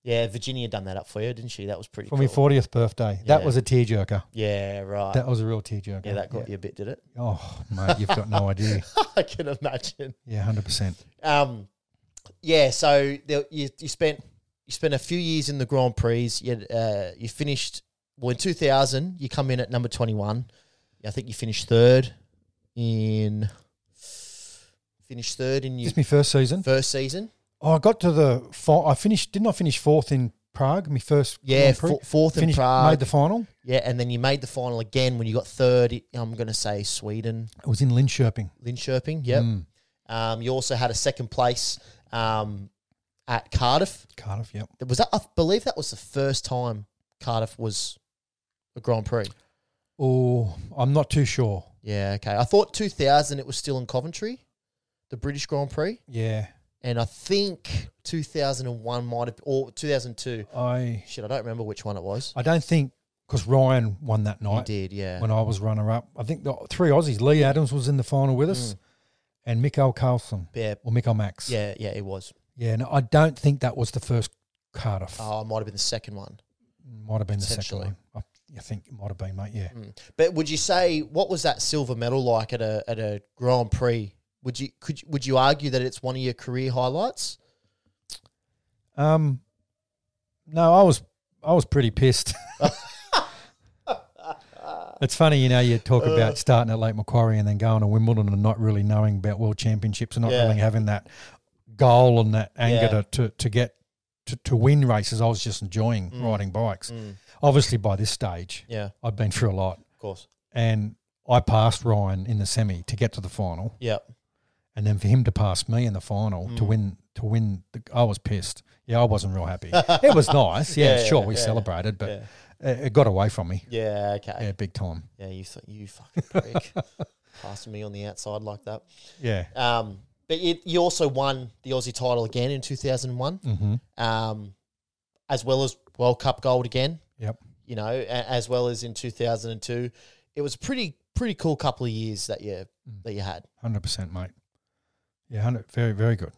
S1: Yeah, Virginia done that up for you, didn't she? That was pretty
S3: For
S1: cool.
S3: my fortieth birthday, that
S1: Yeah.
S3: was a tearjerker.
S1: Yeah, right.
S3: That was a real tearjerker.
S1: yeah, that got you a bit, did it?
S3: Oh mate, you've got no idea.
S1: I can imagine.
S3: Yeah, hundred percent.
S1: Um, yeah, so there, you, you spent you spent a few years in the Grand Prix. You, had, uh, you finished, well, in 2000, you come in at number 21. I think you finished third in, finished third in your
S3: Just my first season.
S1: first season.
S3: Oh, I got to the. Fi- I finished. Didn't I finish fourth in Prague? My first.
S1: Yeah,
S3: Grand Prix?
S1: fo- fourth in
S3: Finished-
S1: Prague.
S3: Made the final.
S1: yeah, and then you made the final again when you got third. i- I'm going to say Sweden,
S3: It was in Linköping.
S1: Linköping. Yep.
S3: Mm,
S1: Um, you also had a second place um, at Cardiff.
S3: Cardiff. Yep.
S1: Was that? I believe that was the first time Cardiff was a Grand Prix.
S3: Oh, I'm not too sure.
S1: Yeah. Okay. I thought 2000 it was still in Coventry, the British Grand Prix,
S3: Yeah,
S1: and I think 2001 might have or 2002.
S3: I.
S1: Shit, I don't remember which one it was.
S3: I don't think because Ryan won that
S1: You
S3: night.
S1: did, yeah.
S3: when I was runner up. I think the three Aussies, Lee Adams was in the final with us, and Mikael Carlson
S1: Yeah.
S3: or Mikael Max.
S1: Mm. Yeah. Yeah. It was.
S3: yeah. No, I don't think that was the first Cardiff.
S1: Oh, it might have been the second one.
S3: might have been the second
S1: potentially.
S3: one. I, I think it might have been, mate. Yeah.
S1: But would you say what was that silver medal like at a at a Grand Prix? Would you could you- would you argue that it's one of your career highlights?
S3: Um, no, I was I was pretty pissed. it's funny, you know, you talk
S1: Uh.
S3: about starting at Lake Macquarie and then going to Wimbledon and not really knowing about world championships and not
S1: Yeah.
S3: really having that goal and that anger
S1: Yeah.
S3: to, to, to get to, to win races. I was just enjoying
S1: Mm.
S3: riding bikes. Obviously, by this stage,
S1: Yeah, of
S3: I'd been through a lot
S1: course.
S3: and I passed Ryan in the semi to get to the final
S1: Yeah,
S3: and then for him to pass me in the final to win to win the, I was pissed. Yeah, I wasn't real happy. it was nice. Yeah,
S1: Yeah,
S3: sure,
S1: yeah,
S3: we
S1: yeah.
S3: celebrated, but it, it got away from me.
S1: yeah, okay.
S3: Yeah, big time.
S1: Yeah, you thought you fucking prick passing me on the outside like that.
S3: Yeah.
S1: Um, but it, you also won the Aussie title again in two thousand one,
S3: Mm-hmm.
S1: um, as well as World Cup gold again.
S3: Yep.
S1: You know, a- as well as in 2002, it was a pretty pretty cool couple of years that you that you had.
S3: Hundred percent, mate. Yeah, hundred. Very, very good.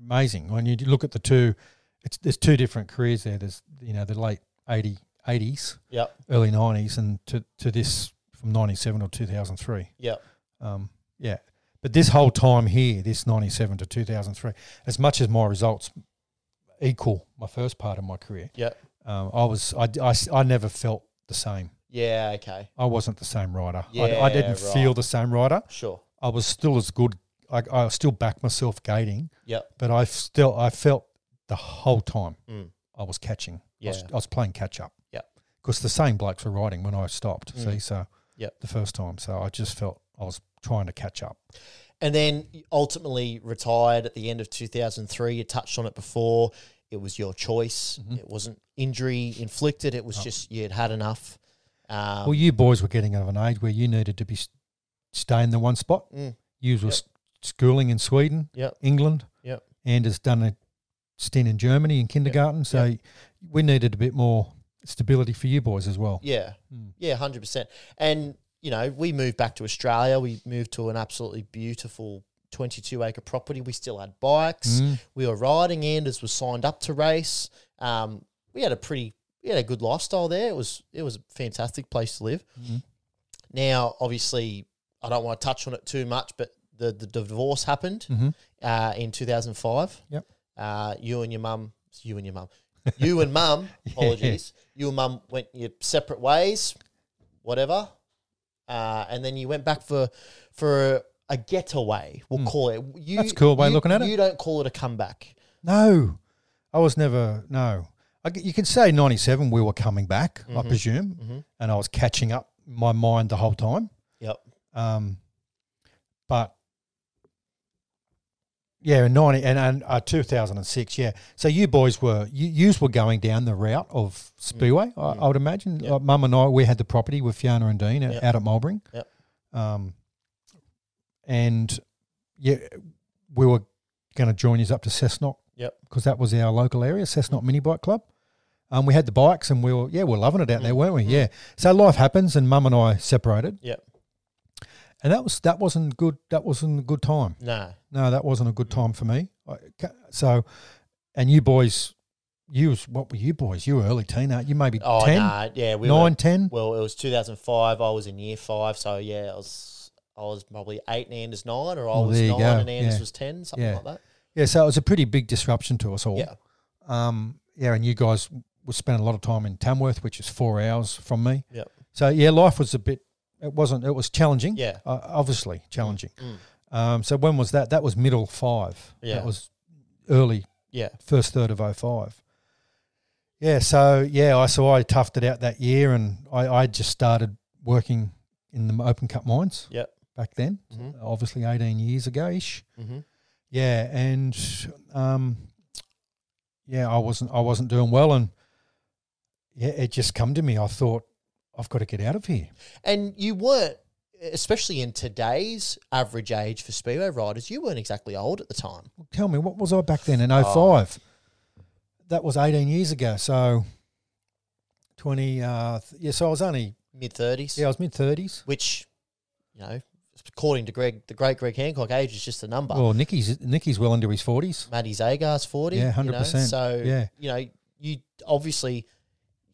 S3: Amazing. When you look at the two, it's there's two different careers there. There's you know the late 80, 80s,
S1: Yep.
S3: early nineties, and to to this from ninety seven or two thousand three.
S1: Yep.
S3: Um, yeah. But this whole time here, this ninety seven to two thousand three, as much as my results equal my first part of my career,
S1: Yep.
S3: um, I was I, I I never felt the same.
S1: Yeah. Okay.
S3: I wasn't the same rider. I, I
S1: Yeah,
S3: didn't
S1: right.
S3: feel the same rider.
S1: Sure.
S3: I was still as good. I, I still back myself gating,
S1: Yep.
S3: but I still I felt the whole time
S1: Mm.
S3: I was catching. I, was,
S1: Yeah.
S3: I was playing catch up.
S1: Yep.
S3: because the same blokes were riding when I stopped.
S1: Mm.
S3: See, so
S1: Yep.
S3: the first time, so I just felt I was trying to catch up.
S1: And then you ultimately retired at the end of 2003. You touched on it before. It was your choice.
S3: Mm-hmm.
S1: It wasn't injury inflicted. It was just you'd had enough. Um,
S3: Oh. well, you boys were getting of an age where you needed to be s- staying the one spot.
S1: Mm.
S3: You were s- schooling in Sweden,
S1: Yep.
S3: England.
S1: Yep.
S3: And has done a stint in Germany in kindergarten. So we needed a bit more stability for you boys as well. Mm.
S1: Yeah. Yeah, 100%. And, you know, we moved back to Australia. We moved to an absolutely beautiful 22 acre property. We still had bikes.
S3: Mm.
S1: We were riding. Anders was signed up to race. Um, we had a pretty, we had a good lifestyle there. It was, it was a fantastic place to live. Now, obviously, I don't want to touch on it too much, but the, the divorce happened
S3: Mhm.
S1: uh, in 2005.
S3: Yep.
S1: Uh, you and your mum, you and your mum, you and mum, apologies. You and mum went your separate ways, whatever. Uh, and then you went back for for a getaway, we'll call it. You,
S3: Hmm. That's a cool way of
S1: you-
S3: looking at it.
S1: You don't call it a comeback.
S3: No, I was never. No, I g you can say '97 we were coming back,
S1: Mm-hmm.
S3: I presume, and I was catching up in my mind the whole time.
S1: Yep.
S3: Um, but yeah, in ninety and, and uh, two thousand and six. Yeah, so you boys were you yous were going down the route of Speedway.
S1: Mm.
S3: I, I would imagine. Like, Mum and I, we had the property with Fiona and Dean uh,
S1: Yep.
S3: out at Mulbring.
S1: Yep.
S3: Um, and yeah, we were going to join us up to Cessnock.
S1: Yep.
S3: Because that was our local area, Cessnock Mini Bike Club. Um, we had the bikes and we were yeah we were loving it
S1: Mm.
S3: out there, weren't we? Yeah. So life happens, and Mum and I separated
S1: Yep.
S3: and that was that wasn't good. That wasn't a good time.
S1: No.
S3: No, that wasn't a good time for me. I, ca- so, and you boys, you was what were you boys? You were early teen, aren't you? Maybe
S1: Oh,
S3: 10,
S1: no. Yeah. We were,
S3: 9, 10?
S1: Well, it was 2005. I was in year five, so yeah, I was I was probably eight and Anders nine, or I
S3: Well,
S1: was
S3: there you
S1: nine
S3: go,
S1: and Anders
S3: yeah.
S1: was ten, something
S3: Yeah.
S1: like that.
S3: Yeah, so it was a pretty big disruption to us all.
S1: Yeah.
S3: Um, yeah, and you guys were spending a lot of time in Tamworth, which is four hours from me.
S1: Yep.
S3: So yeah, life was a bit. It wasn't. It was challenging.
S1: Yeah. Mm.
S3: uh, obviously challenging. Um, so when was that? That was middle five.
S1: Yeah.
S3: that was early
S1: Yeah,
S3: first third of 05. Yeah, so yeah, I so I toughed it out that year, and I, I just started working in the open cut mines
S1: yep.
S3: back then, obviously eighteen years ago ish.
S1: Mhm.
S3: Yeah, and um, yeah, I wasn't I wasn't doing well, and yeah, it just come to me. I thought I've got to get out of here.
S1: And you weren't, especially in today's average age for speedway riders, you weren't exactly old at the time.
S3: Tell me, what was I back then in 05? That was eighteen years ago, so twenty. Uh, th- yeah, so I was only
S1: Mid thirties,
S3: Yeah, I was mid thirties.
S1: which, you know, according to Greg, the great Greg Hancock, age is just a number.
S3: Well, Nicky's Nicky's well into his forties.
S1: Matty Zagar's 40.
S3: Yeah,
S1: you know,
S3: 100%,
S1: So,
S3: yeah.
S1: you know, you obviously,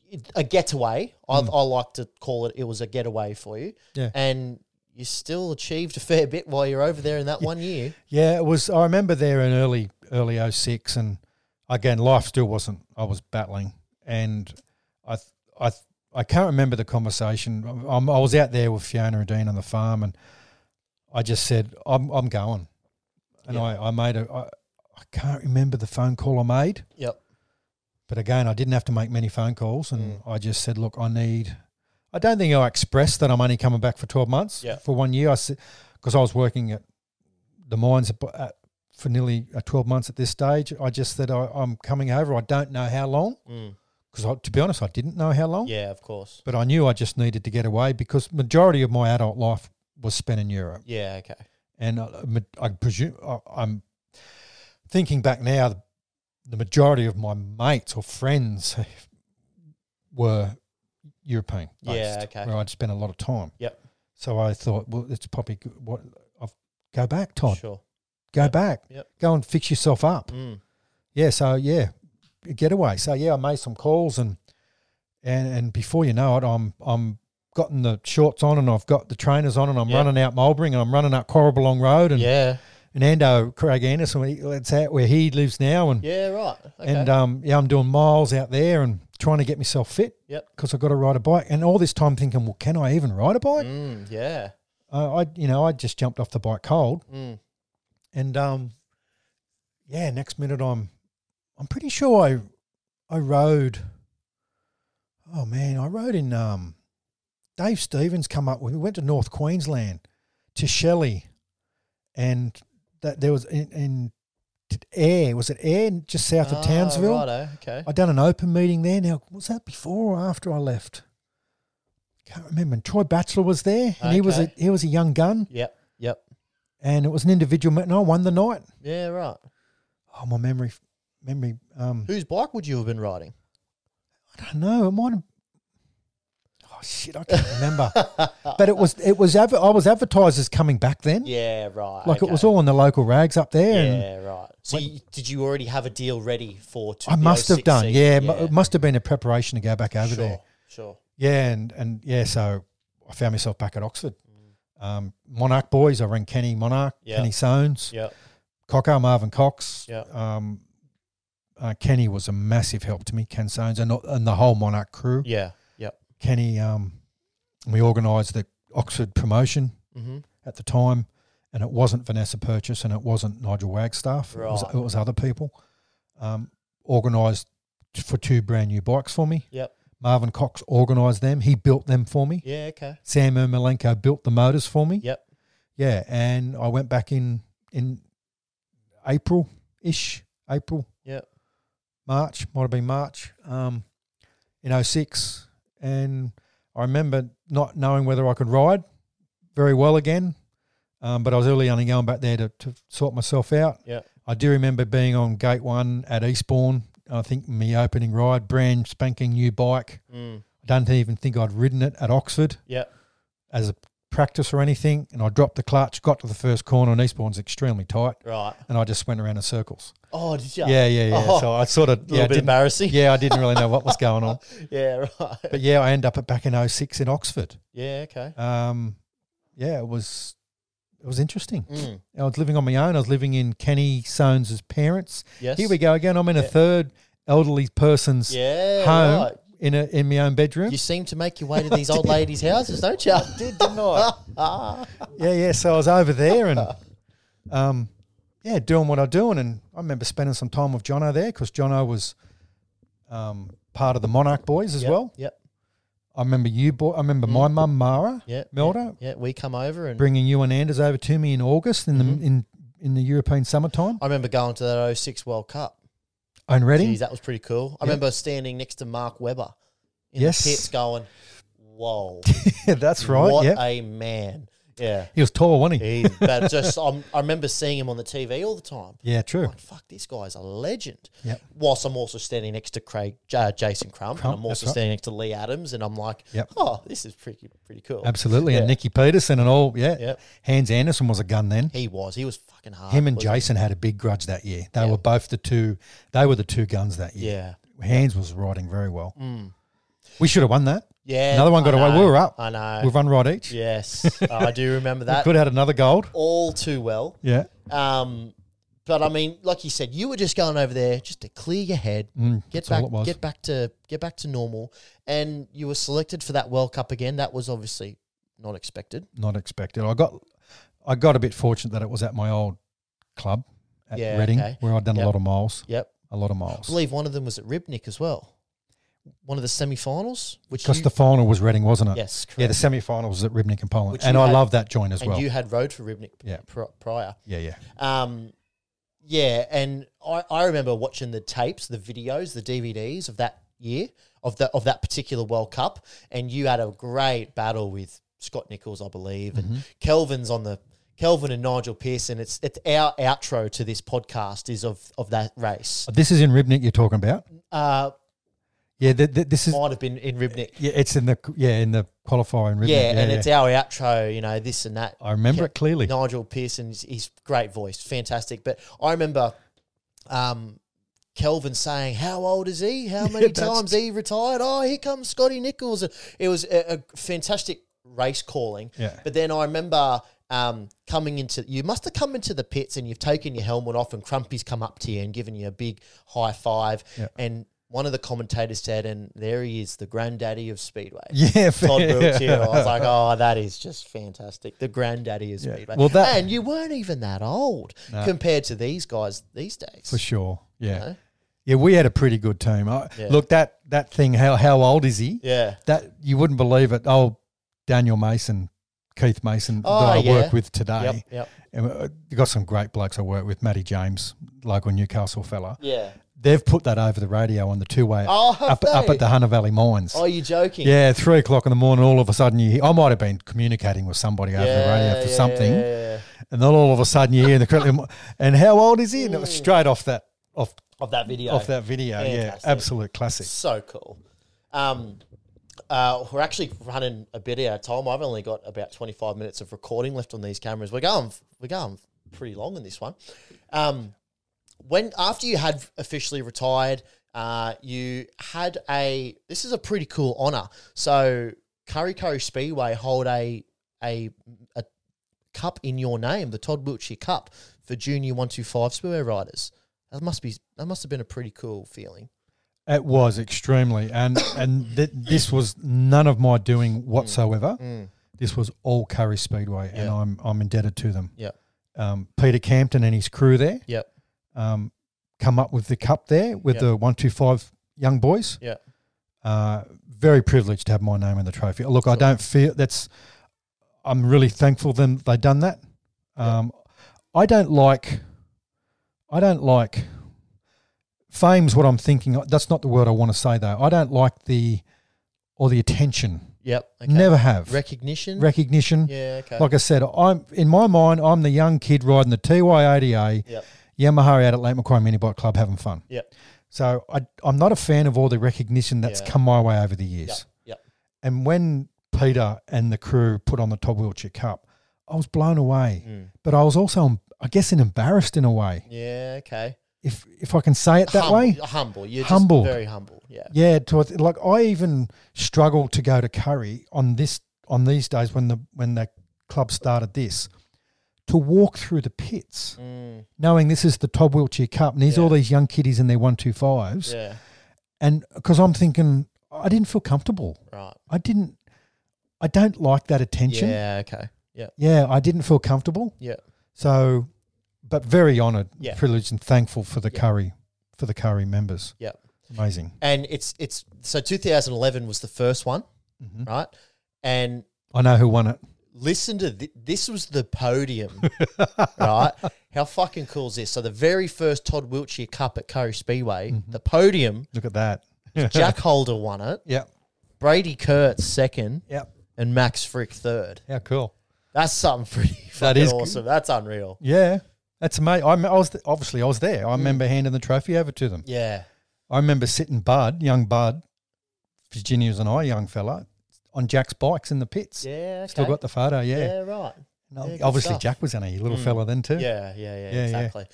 S1: it- a getaway, I, I like to call it, it was a getaway for you.
S3: Mm. Yeah.
S1: And you still achieved a fair bit while you're over there in that one year.
S3: Yeah, it was. I remember there in early early 06 and again, life still wasn't. I was battling, and I th- I th- I can't remember the conversation. I'm, I was out there with Fiona and Dean on the farm, and I just said, "I'm I'm going," and
S1: Yeah.
S3: I I made a. I, I can't remember the phone call I made.
S1: Yep.
S3: But again, I didn't have to make many phone calls, and
S1: Mm.
S3: I just said, "Look, I need." I don't think I expressed that I'm only coming back for twelve months.
S1: Yeah.
S3: For one year, I because I was working at the mines ab- at, for nearly uh, twelve months at this stage. I just said I, I'm coming over. I don't know how long,
S1: Mm.
S3: because to be honest, I didn't know how long.
S1: Yeah, of course.
S3: But I knew I just needed to get away because majority of my adult life was spent in Europe
S1: Yeah, okay.
S3: and I, I ma- I presume I, I'm thinking back now. The majority of my mates or friends were European.
S1: Yeah,
S3: based,
S1: okay.
S3: Where I'd spent a lot of time.
S1: Yep.
S3: So I thought, well, it's probably good. what I've go back, Todd.
S1: Sure.
S3: Go back.
S1: Yep.
S3: Go and fix yourself up.
S1: Mm.
S3: Yeah. So yeah, a getaway. So yeah, I made some calls and and and before you know it, I'm I'm gotten the shorts on and I've got the trainers on and I'm
S1: Yep.
S3: running out Mulbring and I'm running up Corribalong Road and
S1: Yeah.
S3: and Ando Craig Anderson, he- that's out where he lives now and
S1: Yeah. Right. Okay.
S3: and um, yeah, I'm doing miles out there and trying to get myself fit.
S1: Yep.
S3: Because I've got to ride a bike, and all this time thinking, well, can I even ride a bike?
S1: mm, yeah.
S3: Uh, I, you know, I just jumped off the bike cold,
S1: Mm.
S3: and um, yeah, next minute I'm, I'm pretty sure I, I rode. Oh man, I rode in. Um, Dave Stevens come up. We went to North Queensland, to Shelley, and that there was in, in Air. Was it Air just south
S1: Ah,
S3: of Townsville?
S1: Righto. Okay.
S3: I done an open meeting there. Now was that before or after I left? Can't remember. And Troy Batchelor was there, and he was a
S1: Okay.
S3: he was a young gun,
S1: Yep. Yep.
S3: and it was an individual. meet- And I won the night.
S1: Yeah. Right.
S3: Oh, my memory, memory. Um,
S1: Whose bike would you have been riding?
S3: I don't know. It might. Have, oh shit, I can't remember. but it was it was adver- I was advertised as coming back then.
S1: Yeah. Right.
S3: Like it was
S1: okay.
S3: all in the local rags up there. and
S1: Yeah. Right. So you, did you already have a deal ready for? Two,
S3: I must have done. Yeah, mu- it
S1: Sure.
S3: must have been a preparation to go back over there.
S1: E, Sure.
S3: Yeah, and and yeah, so I found myself back at Oxford. Um, Monarch boys, I ran Kenny Monarch,
S1: Mm. Yeah.
S3: Kenny Soanes,
S1: Yeah.
S3: Cocker, Marvin Cox.
S1: Yeah.
S3: Um, uh, Kenny was a massive help to me, Ken Soanes, and and the whole Monarch crew.
S1: Yeah. Yep.
S3: Kenny, um, we organised the Oxford promotion
S1: Mm-hmm.
S3: at the time, and it wasn't Vanessa Purchase and it wasn't Nigel Wagstaff. It, was,
S1: Right.
S3: it was other people. Um, organised t- for two brand new bikes for me.
S1: Yep.
S3: Marvin Cox organised them. He built them for me.
S1: Yeah. Okay.
S3: Sam Ermolenko built the motors for me.
S1: Yep.
S3: Yeah, and I went back in in April ish, April.
S1: Yep.
S3: March might have been March, um, in 06. and I remember not knowing whether I could ride very well again, um, but I was early only going back there to, to sort myself out.
S1: Yep.
S3: I do remember being on gate one at Eastbourne. I think me opening ride, brand spanking new bike.
S1: Mm.
S3: I don't even think I'd ridden it at Oxford
S1: Yep.
S3: as a practice or anything, and I dropped the clutch, got to the first corner, and Eastbourne's extremely tight,
S1: Right.
S3: and I just went around in circles.
S1: Oh, did you?
S3: Yeah, yeah, yeah.
S1: Oh,
S3: so I sort of
S1: A little
S3: yeah, I
S1: bit
S3: didn't,
S1: embarrassing.
S3: yeah, I didn't really know what was going on,
S1: Yeah. Right.
S3: but yeah, I end up at back in 06 in Oxford.
S1: Yeah. Okay.
S3: Um, yeah, it was it was interesting.
S1: Mm.
S3: I was living on my own. I was living in Kenny Soanes's parents.
S1: Yes.
S3: Here we go again. I'm in a
S1: Yeah.
S3: third elderly person's
S1: Yeah.
S3: home
S1: Right.
S3: in a in my own bedroom.
S1: You seem to make your way to these old ladies' houses, don't you? did, didn't I?
S3: yeah, yeah. So I was over there and, um, yeah, doing what I'm doing. And I remember spending some time with Jono there because Jono was, um, part of the Monarch Boys as well.
S1: Yep.
S3: I remember you, boy. I remember my mum Mara
S1: Yep.
S3: Melda
S1: Mm. Yeah, Mm-hmm. we come over and
S3: bringing you and Anders over to me in August in the in in the European summertime.
S1: I remember going to that 06 World Cup.
S3: Own Reading.
S1: Geez, that was pretty cool. I
S3: Yeah.
S1: remember standing next to Mark Webber in
S3: Yes.
S1: the pits going, Whoa.
S3: Yeah, that's right.
S1: What
S3: Yeah,
S1: a man. Yeah.
S3: he was tall, wasn't he?
S1: He's but just I'm, I remember seeing him on the TV all the time.
S3: Yeah, true.
S1: Like, fuck, this guy's a legend.
S3: Yep.
S1: Whilst I'm also standing next to Craig, uh, Jason Crump,
S3: Crump,
S1: and I'm also
S3: that's right.
S1: standing next to Lee Adams, and I'm like,
S3: Yep.
S1: oh, this is pretty pretty cool.
S3: Absolutely. And
S1: Yeah.
S3: Nicky Peterson and all. Yeah.
S1: Yep.
S3: Hans Anderson was a gun then.
S1: He was. He was fucking hard.
S3: Him and
S1: wasn't
S3: Jason had a big grudge that year. They
S1: Yeah.
S3: were both the two. They were the two guns that
S1: he?
S3: year.
S1: Yeah. Mm.
S3: Hands was riding very well. We should have won that.
S1: Yeah.
S3: Another one got
S1: I
S3: away.
S1: know,
S3: We were up.
S1: I know.
S3: We've run right each.
S1: Yes. I do remember Uh, that
S3: Could have had another gold.
S1: all too well.
S3: Yeah.
S1: Um, but I mean, like you said, you were just going over there just to clear your head, get
S3: Mm, that's all
S1: back,
S3: it was.
S1: get back to get back to normal, and you were selected for that World Cup again. That was obviously not expected.
S3: Not expected. I got I got a bit fortunate that it was at my old club at
S1: Yeah,
S3: Reading
S1: okay.
S3: where I'd done
S1: Yep.
S3: a lot of miles.
S1: Yep,
S3: A lot of
S1: I
S3: miles.
S1: believe one of them was at Ribnick as well. One of the semi-finals, which
S3: Because
S1: you-
S3: the final was Reading, wasn't it?
S1: yes, correct.
S3: Yeah, the semi final was at Ribnick and Poland.
S1: Which
S3: and
S1: you
S3: I
S1: had-
S3: love that joint as
S1: and
S3: well.
S1: you had rode for Ribnick
S3: Yeah.
S1: pri- prior.
S3: yeah, yeah.
S1: Um, yeah, and I, I remember watching the tapes, the videos, the DVDs of that year of that of that particular World Cup, and you had a great battle with Scott Nichols, I believe, and Kelvin's on the Kelvin and Nigel Pearson. It's it's our outro to this podcast is of of that race. Mm.
S3: This is in Ribnick you're talking about.
S1: Uh,
S3: Yeah, th- th- this is
S1: Might have been in Ribnik.
S3: yeah, it's in the yeah in the qualifying. Rhythm.
S1: Yeah, and it's our outro, you know, this and that.
S3: I remember
S1: Yeah.
S3: it clearly.
S1: Nigel Pearson's his great voice, fantastic. But I remember um, Kelvin saying, "How old is he? How many
S3: that's-
S1: times he retired? Oh, here comes Scotty Nichols." It was a, a fantastic race calling.
S3: Yeah.
S1: But then I remember um, coming into you must have come into the pits and you've taken your helmet off, and Crumpy's come up to you and given you a big high five,
S3: Yeah.
S1: and. One of the commentators said, and there he is, the granddaddy of Speedway.
S3: Yeah,
S1: Todd
S3: fair.
S1: Brooks here. I was like, oh, that is just fantastic. The granddaddy is
S3: Yeah.
S1: Speedway.
S3: Well, that-
S1: and you weren't even that old
S3: No.
S1: compared to these guys these days.
S3: for sure. Yeah,
S1: know?
S3: yeah, we had a pretty good team. I,
S1: Yeah.
S3: Look, that that thing. How how old is he?
S1: Yeah.
S3: That you wouldn't believe it. Oh, Daniel Mason, Keith Mason
S1: Oh,
S3: that I
S1: yeah.
S3: work with today.
S1: Yep. Yep.
S3: And, uh, you got some great blokes I work with. Matty James, local Newcastle fella.
S1: Yeah.
S3: They've put that over the radio on the two way
S1: Oh, have
S3: up up
S1: they?
S3: at the Hunter Valley Mines.
S1: Are you Oh, joking?
S3: Yeah, three o'clock in the morning, all of a sudden you hear, I might have been communicating with somebody over the radio for
S1: yeah,
S3: something,
S1: yeah, yeah, yeah.
S3: and then all of a sudden you hear the correctly, and how old is he? And it
S1: Mm.
S3: was straight off that off
S1: Of that video.
S3: off that video.
S1: Fantastic.
S3: Yeah, absolute classic.
S1: So cool. Um, uh, we're actually running a bit out of time. I've only got about 25 minutes of recording left on these cameras. We're going, we're going pretty long in this one. Um, when after you had officially retired, uh, you had a this is a pretty cool honor. So Curry Curry Speedway hold a a a cup in your name, the Todd Wiltshire Cup for junior one two five speedway riders. That must be that must have been a pretty cool feeling.
S3: It was extremely, and and th- this was none of my
S1: Mm.
S3: doing whatsoever. This was all Curry Speedway, and
S1: Yeah.
S3: I'm I'm indebted to them.
S1: Yeah.
S3: Um, Peter Campton and his crew there
S1: Yep.
S3: um, come up with the cup there with
S1: Yeah.
S3: the one two five young boys.
S1: Yeah.
S3: uh, very privileged to have my name in the trophy. Look, I don't feel that's. I'm really thankful them they done that. Um, I don't like. I don't like. Fame's what I'm thinking. That's not the word I want to say though. I don't like the, or the attention.
S1: Yep. Okay.
S3: Never have
S1: recognition.
S3: recognition.
S1: yeah. Okay.
S3: Like I said, I'm in my mind. I'm the young kid riding the TY88
S1: Yep.
S3: Yamaha out at Lake Macquarie Mini Bike Club having fun.
S1: Yep.
S3: So I, I'm not a fan of all the recognition that's
S1: Yeah.
S3: come my way over the
S1: Yep.
S3: years.
S1: Yep.
S3: And when Peter and the crew put on the Todd Wiltshire Cup, I was blown away.
S1: Mm.
S3: But I was also, I guess, in embarrassed in a way,
S1: Yeah. Okay.
S3: if if I can say it that
S1: humble, uh,
S3: way.
S1: Humble. You're
S3: Humbled.
S1: just very humble. Yeah.
S3: Yeah, to, like I even struggled to go to Curry on this on these days when the when the club started this to walk through the pits,
S1: Mm,
S3: knowing this is the Todd Wiltshire Cup and there's all these young kiddies in their one two fives,
S1: yeah.
S3: and because I'm thinking I didn't feel comfortable.
S1: Right.
S3: I didn't. I don't like that attention. Yeah,
S1: Yeah. Okay. Yeah.
S3: I didn't feel comfortable.
S1: Yeah.
S3: So, but very honoured,
S1: Yeah.
S3: privileged, and thankful for the
S1: Yeah.
S3: curry, for the curry members.
S1: Yeah.
S3: Amazing.
S1: And it's it's so 2011 was the first one,
S3: Mhm.
S1: right? And
S3: I know who won it.
S1: listen to th- this was the podium, right? How fucking cool is this? So the very first Todd Wiltshire Cup at Curry Speedway,
S3: Mm-hmm.
S1: the podium,
S3: Look at that.
S1: Jack Holder won it,
S3: Yep.
S1: Brady Kurtz second,
S3: Yep.
S1: and Max Frick third.
S3: How cool.
S1: That's something pretty
S3: That
S1: fucking
S3: is good.
S1: awesome. That's unreal.
S3: Yeah. That's amazing. I, me- I was th- obviously I was there. I
S1: Mm.
S3: remember handing the trophy over to them.
S1: Yeah.
S3: I remember sitting Bud, young Bud, Virginia's and I, young fella, on Jack's bikes in the pits.
S1: Yeah. Okay.
S3: Still got the photo. Yeah.
S1: yeah. Right.
S3: No,
S1: Yeah, good
S3: obviously
S1: stuff. Mm.
S3: Jack was in a little fella then too.
S1: Yeah, yeah, yeah,
S3: Yeah, yeah.
S1: exactly.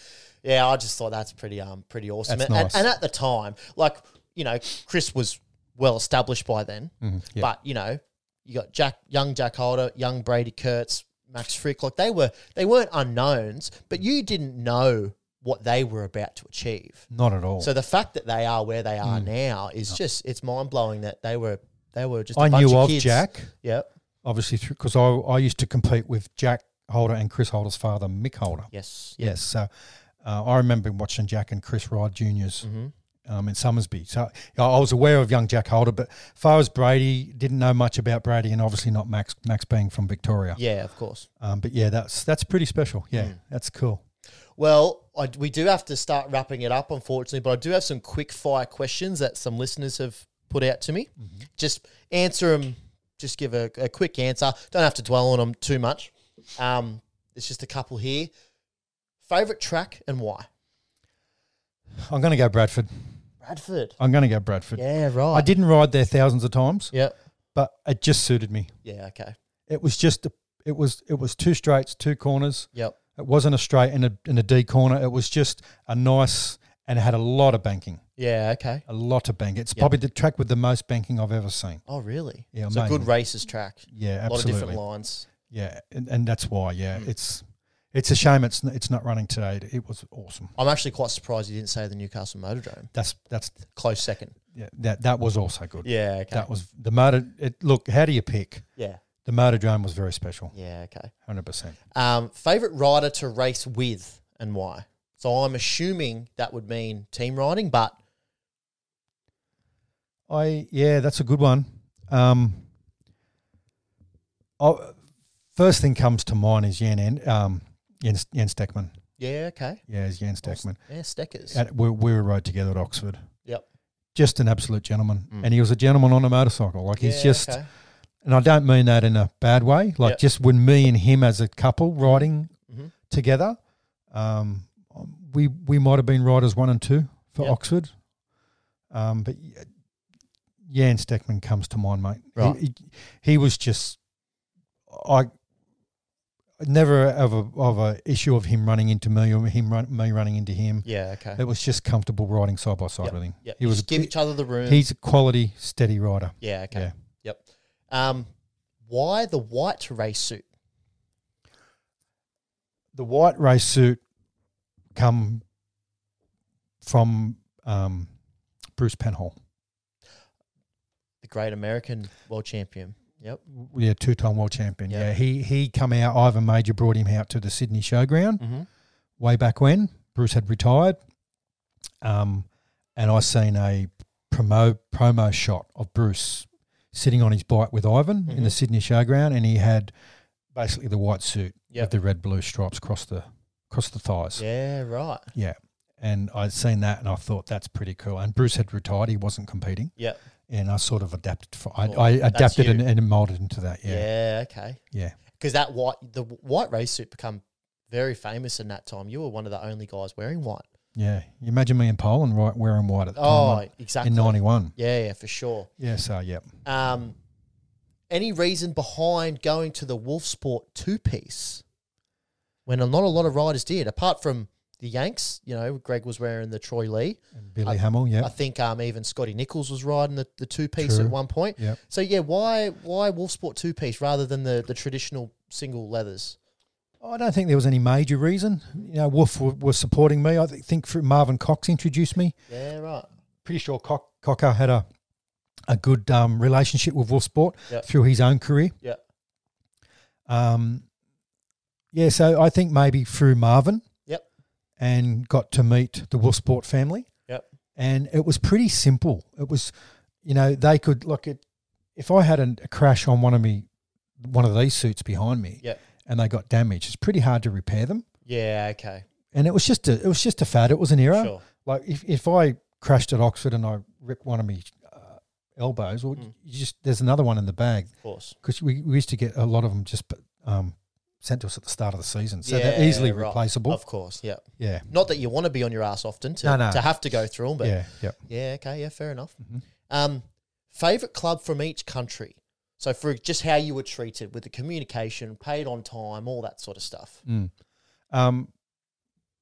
S1: Yeah. I just thought that's pretty um pretty awesome.
S3: That's
S1: and, and-
S3: nice.
S1: and at the time, like, you know, Chris was well established by then.
S3: Mm, yeah.
S1: But, you know, you got Jack young Jack Holder, young Brady Kurtz, Max Frick, like they were they weren't unknowns, but you didn't know what they were about to achieve.
S3: Not at all.
S1: So the fact that they are where they
S3: Mm.
S1: are now is just it's mind blowing that they were they were just I
S3: I knew of Jack,
S1: Yep.
S3: obviously, because I, I used to compete with Jack Holder and Chris Holder's father, Mick Holder.
S1: Yes. Yep.
S3: Yes. So uh, I remember watching Jack and Chris Ride juniors
S1: Mm-hmm.
S3: um, in Somersby. So I I was aware of young Jack Holder, but as far as Brady, didn't know much about Brady and obviously not Max, Max being from Victoria.
S1: Yeah, Mm. of course.
S3: Um, but yeah, that's that's pretty special. Yeah, that's cool.
S1: Well, I, we do have to start wrapping it up, unfortunately, but I do have some quick fire questions that some listeners have put out to me. Just answer them. Just give a, a quick answer. Don't have to dwell on them too much. Um, it's just a couple here. Favorite track and why?
S3: I'm going to go Bradford.
S1: Bradford.
S3: I'm going to go Bradford.
S1: Yeah, right.
S3: I didn't ride there thousands of times,
S1: Yeah.
S3: but it just suited me.
S1: Yeah. Okay.
S3: It was just a, it was it was two straights, two corners.
S1: Yep.
S3: It wasn't a straight and a and a D corner. It was just a nice and it had a lot of banking,
S1: Yeah. Okay.
S3: a lot of bank. It's probably the track with the most banking I've ever seen.
S1: Oh, really?
S3: Yeah,
S1: So
S3: amazing.
S1: good races track. A
S3: Yeah,
S1: lot of
S3: absolutely.
S1: different Hmm. lines.
S3: Yeah, and, and that's why. Yeah, it's it's a shame it's n- it's not running today. It, it was awesome.
S1: I'm actually quite surprised you didn't say the Newcastle Motordrome.
S3: That's that's
S1: Close second.
S3: yeah, that that was also good.
S1: Yeah. Okay.
S3: That was the motor. It, look, how do you pick?
S1: yeah.
S3: The motor drone was very special.
S1: Yeah. Okay.
S3: Hundred percent.
S1: Um, favorite rider to race with and why? So I'm assuming that would mean team riding, but
S3: I yeah, that's a good one. Um, I, first thing comes to mind is Jan En- um Jens, Jens Steckman.
S1: yeah. Okay.
S3: Yeah, it's Jan Steckman.
S1: Yeah. Steckers.
S3: At, we, we were rode together at Oxford.
S1: Yep. Mm.
S3: Just an absolute gentleman, and he was a gentleman on a motorcycle. Like he's
S1: Yeah,
S3: just.
S1: okay.
S3: and I don't mean that in a bad way. Like
S1: Yep.
S3: just when me and him as a couple riding
S1: Mhm.
S3: together, um, we we might have been riders one and two for
S1: Yep.
S3: Oxford. Um, but y- Jan Steckman comes to mind, mate. He-
S1: Right.
S3: He, he was just I never have a of a issue of him running into me or him run, me running into him.
S1: Yeah. Okay.
S3: It was just comfortable riding side by side
S1: Yep.
S3: with him.
S1: Yeah.
S3: He was
S1: just give each other the room.
S3: he's a quality steady rider.
S1: Yeah. Okay.
S3: Yeah.
S1: Yep. Um, why the white race suit?
S3: the white race suit come from um, Bruce Penhall.
S1: The great American world champion. Yep.
S3: Yeah, two time world champion.
S1: Yeah.
S3: Yeah, he he come out. Ivan Major brought him out to the Sydney Showground
S1: Mm-hmm.
S3: way back when Bruce had retired. Um, and I seen a promo promo shot of Bruce sitting on his bike with Ivan in the
S1: Mhm.
S3: Sydney Showground, and he had basically the white suit
S1: Yep.
S3: with the red blue stripes across the across the thighs.
S1: Yeah. Right.
S3: and I'd seen that and I thought that's pretty cool. And Bruce had retired; he wasn't competing.
S1: Yep.
S3: and I sort of adapted. For, I,
S1: Cool.
S3: I
S1: Oh, That's
S3: adapted
S1: you.
S3: and, and molded into that.
S1: Yeah.
S3: Yeah,
S1: okay.
S3: Yeah.
S1: Because that white, the w- white race suit become very famous in that time. You were one of the only guys wearing white.
S3: yeah. You imagine me in Poland right, wearing white at the
S1: Oh,
S3: time
S1: exactly.
S3: in '91.
S1: Yeah, yeah, for sure.
S3: Yeah, so yeah,
S1: Um, any reason behind going to the Wolf Sport two piece when a- not a lot of riders did, apart from the Yanks? You know, Greg was wearing the Troy Lee.
S3: and Billy Hamill. Yeah,
S1: I think um, even Scotty Nichols was riding the, the two piece
S3: True.
S1: at one point.
S3: Yep.
S1: So yeah, why why Wolf Sport two piece rather than the, the traditional single leathers?
S3: Oh, I don't think there was any major reason. You know, Wolf w- was supporting me. I th- think for Marvin Cox introduced me.
S1: Yeah, right.
S3: Pretty sure Cock, Cocker had a a good um, relationship with Wolf Sport
S1: Yep.
S3: through his own career.
S1: Yeah.
S3: Um, yeah, so I think maybe through Marvin.
S1: Yep.
S3: And got to meet the Wolf Sport family.
S1: Yep.
S3: And it was pretty simple. It was, you know, they could look at if I had an, a crash on one of me, one of these suits behind me,
S1: Yep.
S3: and they got damaged. It's pretty hard to repair them.
S1: Yeah, okay.
S3: And it was just a, it was just a fad. It was an era.
S1: Sure.
S3: Like if, if I crashed at Oxford and I ripped one of me uh, elbows, or
S1: Hmm.
S3: you just there's another one in the bag
S1: Of course.
S3: because we, we used to get a lot of them just um, sent to us at the start of the season, so
S1: Yeah,
S3: they're easily
S1: right.
S3: replaceable.
S1: Of course, yeah.
S3: Yeah,
S1: Not that you want to be on your ass often to,
S3: No, no.
S1: to have to go through them, but yeah,
S3: yeah, yeah.
S1: okay, yeah, fair enough.
S3: Mhm.
S1: Um, favorite club from each country. So for just how you were treated with the communication, paid on time, all that sort of stuff.
S3: Mm. Um,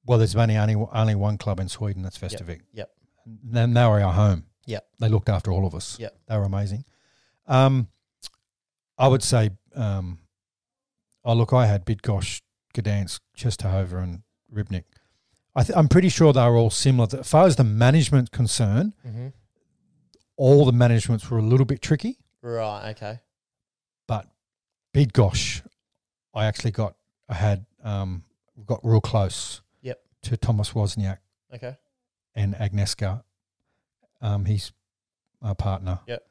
S3: well, there's only only only one club in Sweden that's Vestavik.
S1: yep.
S3: And then they were our home.
S1: Yep.
S3: they looked after all of us.
S1: Yep.
S3: they were amazing. Um, I would say, um, oh look, I had Bidgosh, Gdansk, Chesterhover, and Ribnik. I th- I'm pretty sure they were all similar. As far as the management concern,
S1: Mm-hmm.
S3: all the managements were a little bit tricky.
S1: Right, okay.
S3: but big gosh, I actually got I had um, got real close.
S1: Yep.
S3: To Thomas Wozniak
S1: Okay.
S3: and Agneska, um, his uh, partner.
S1: Yep.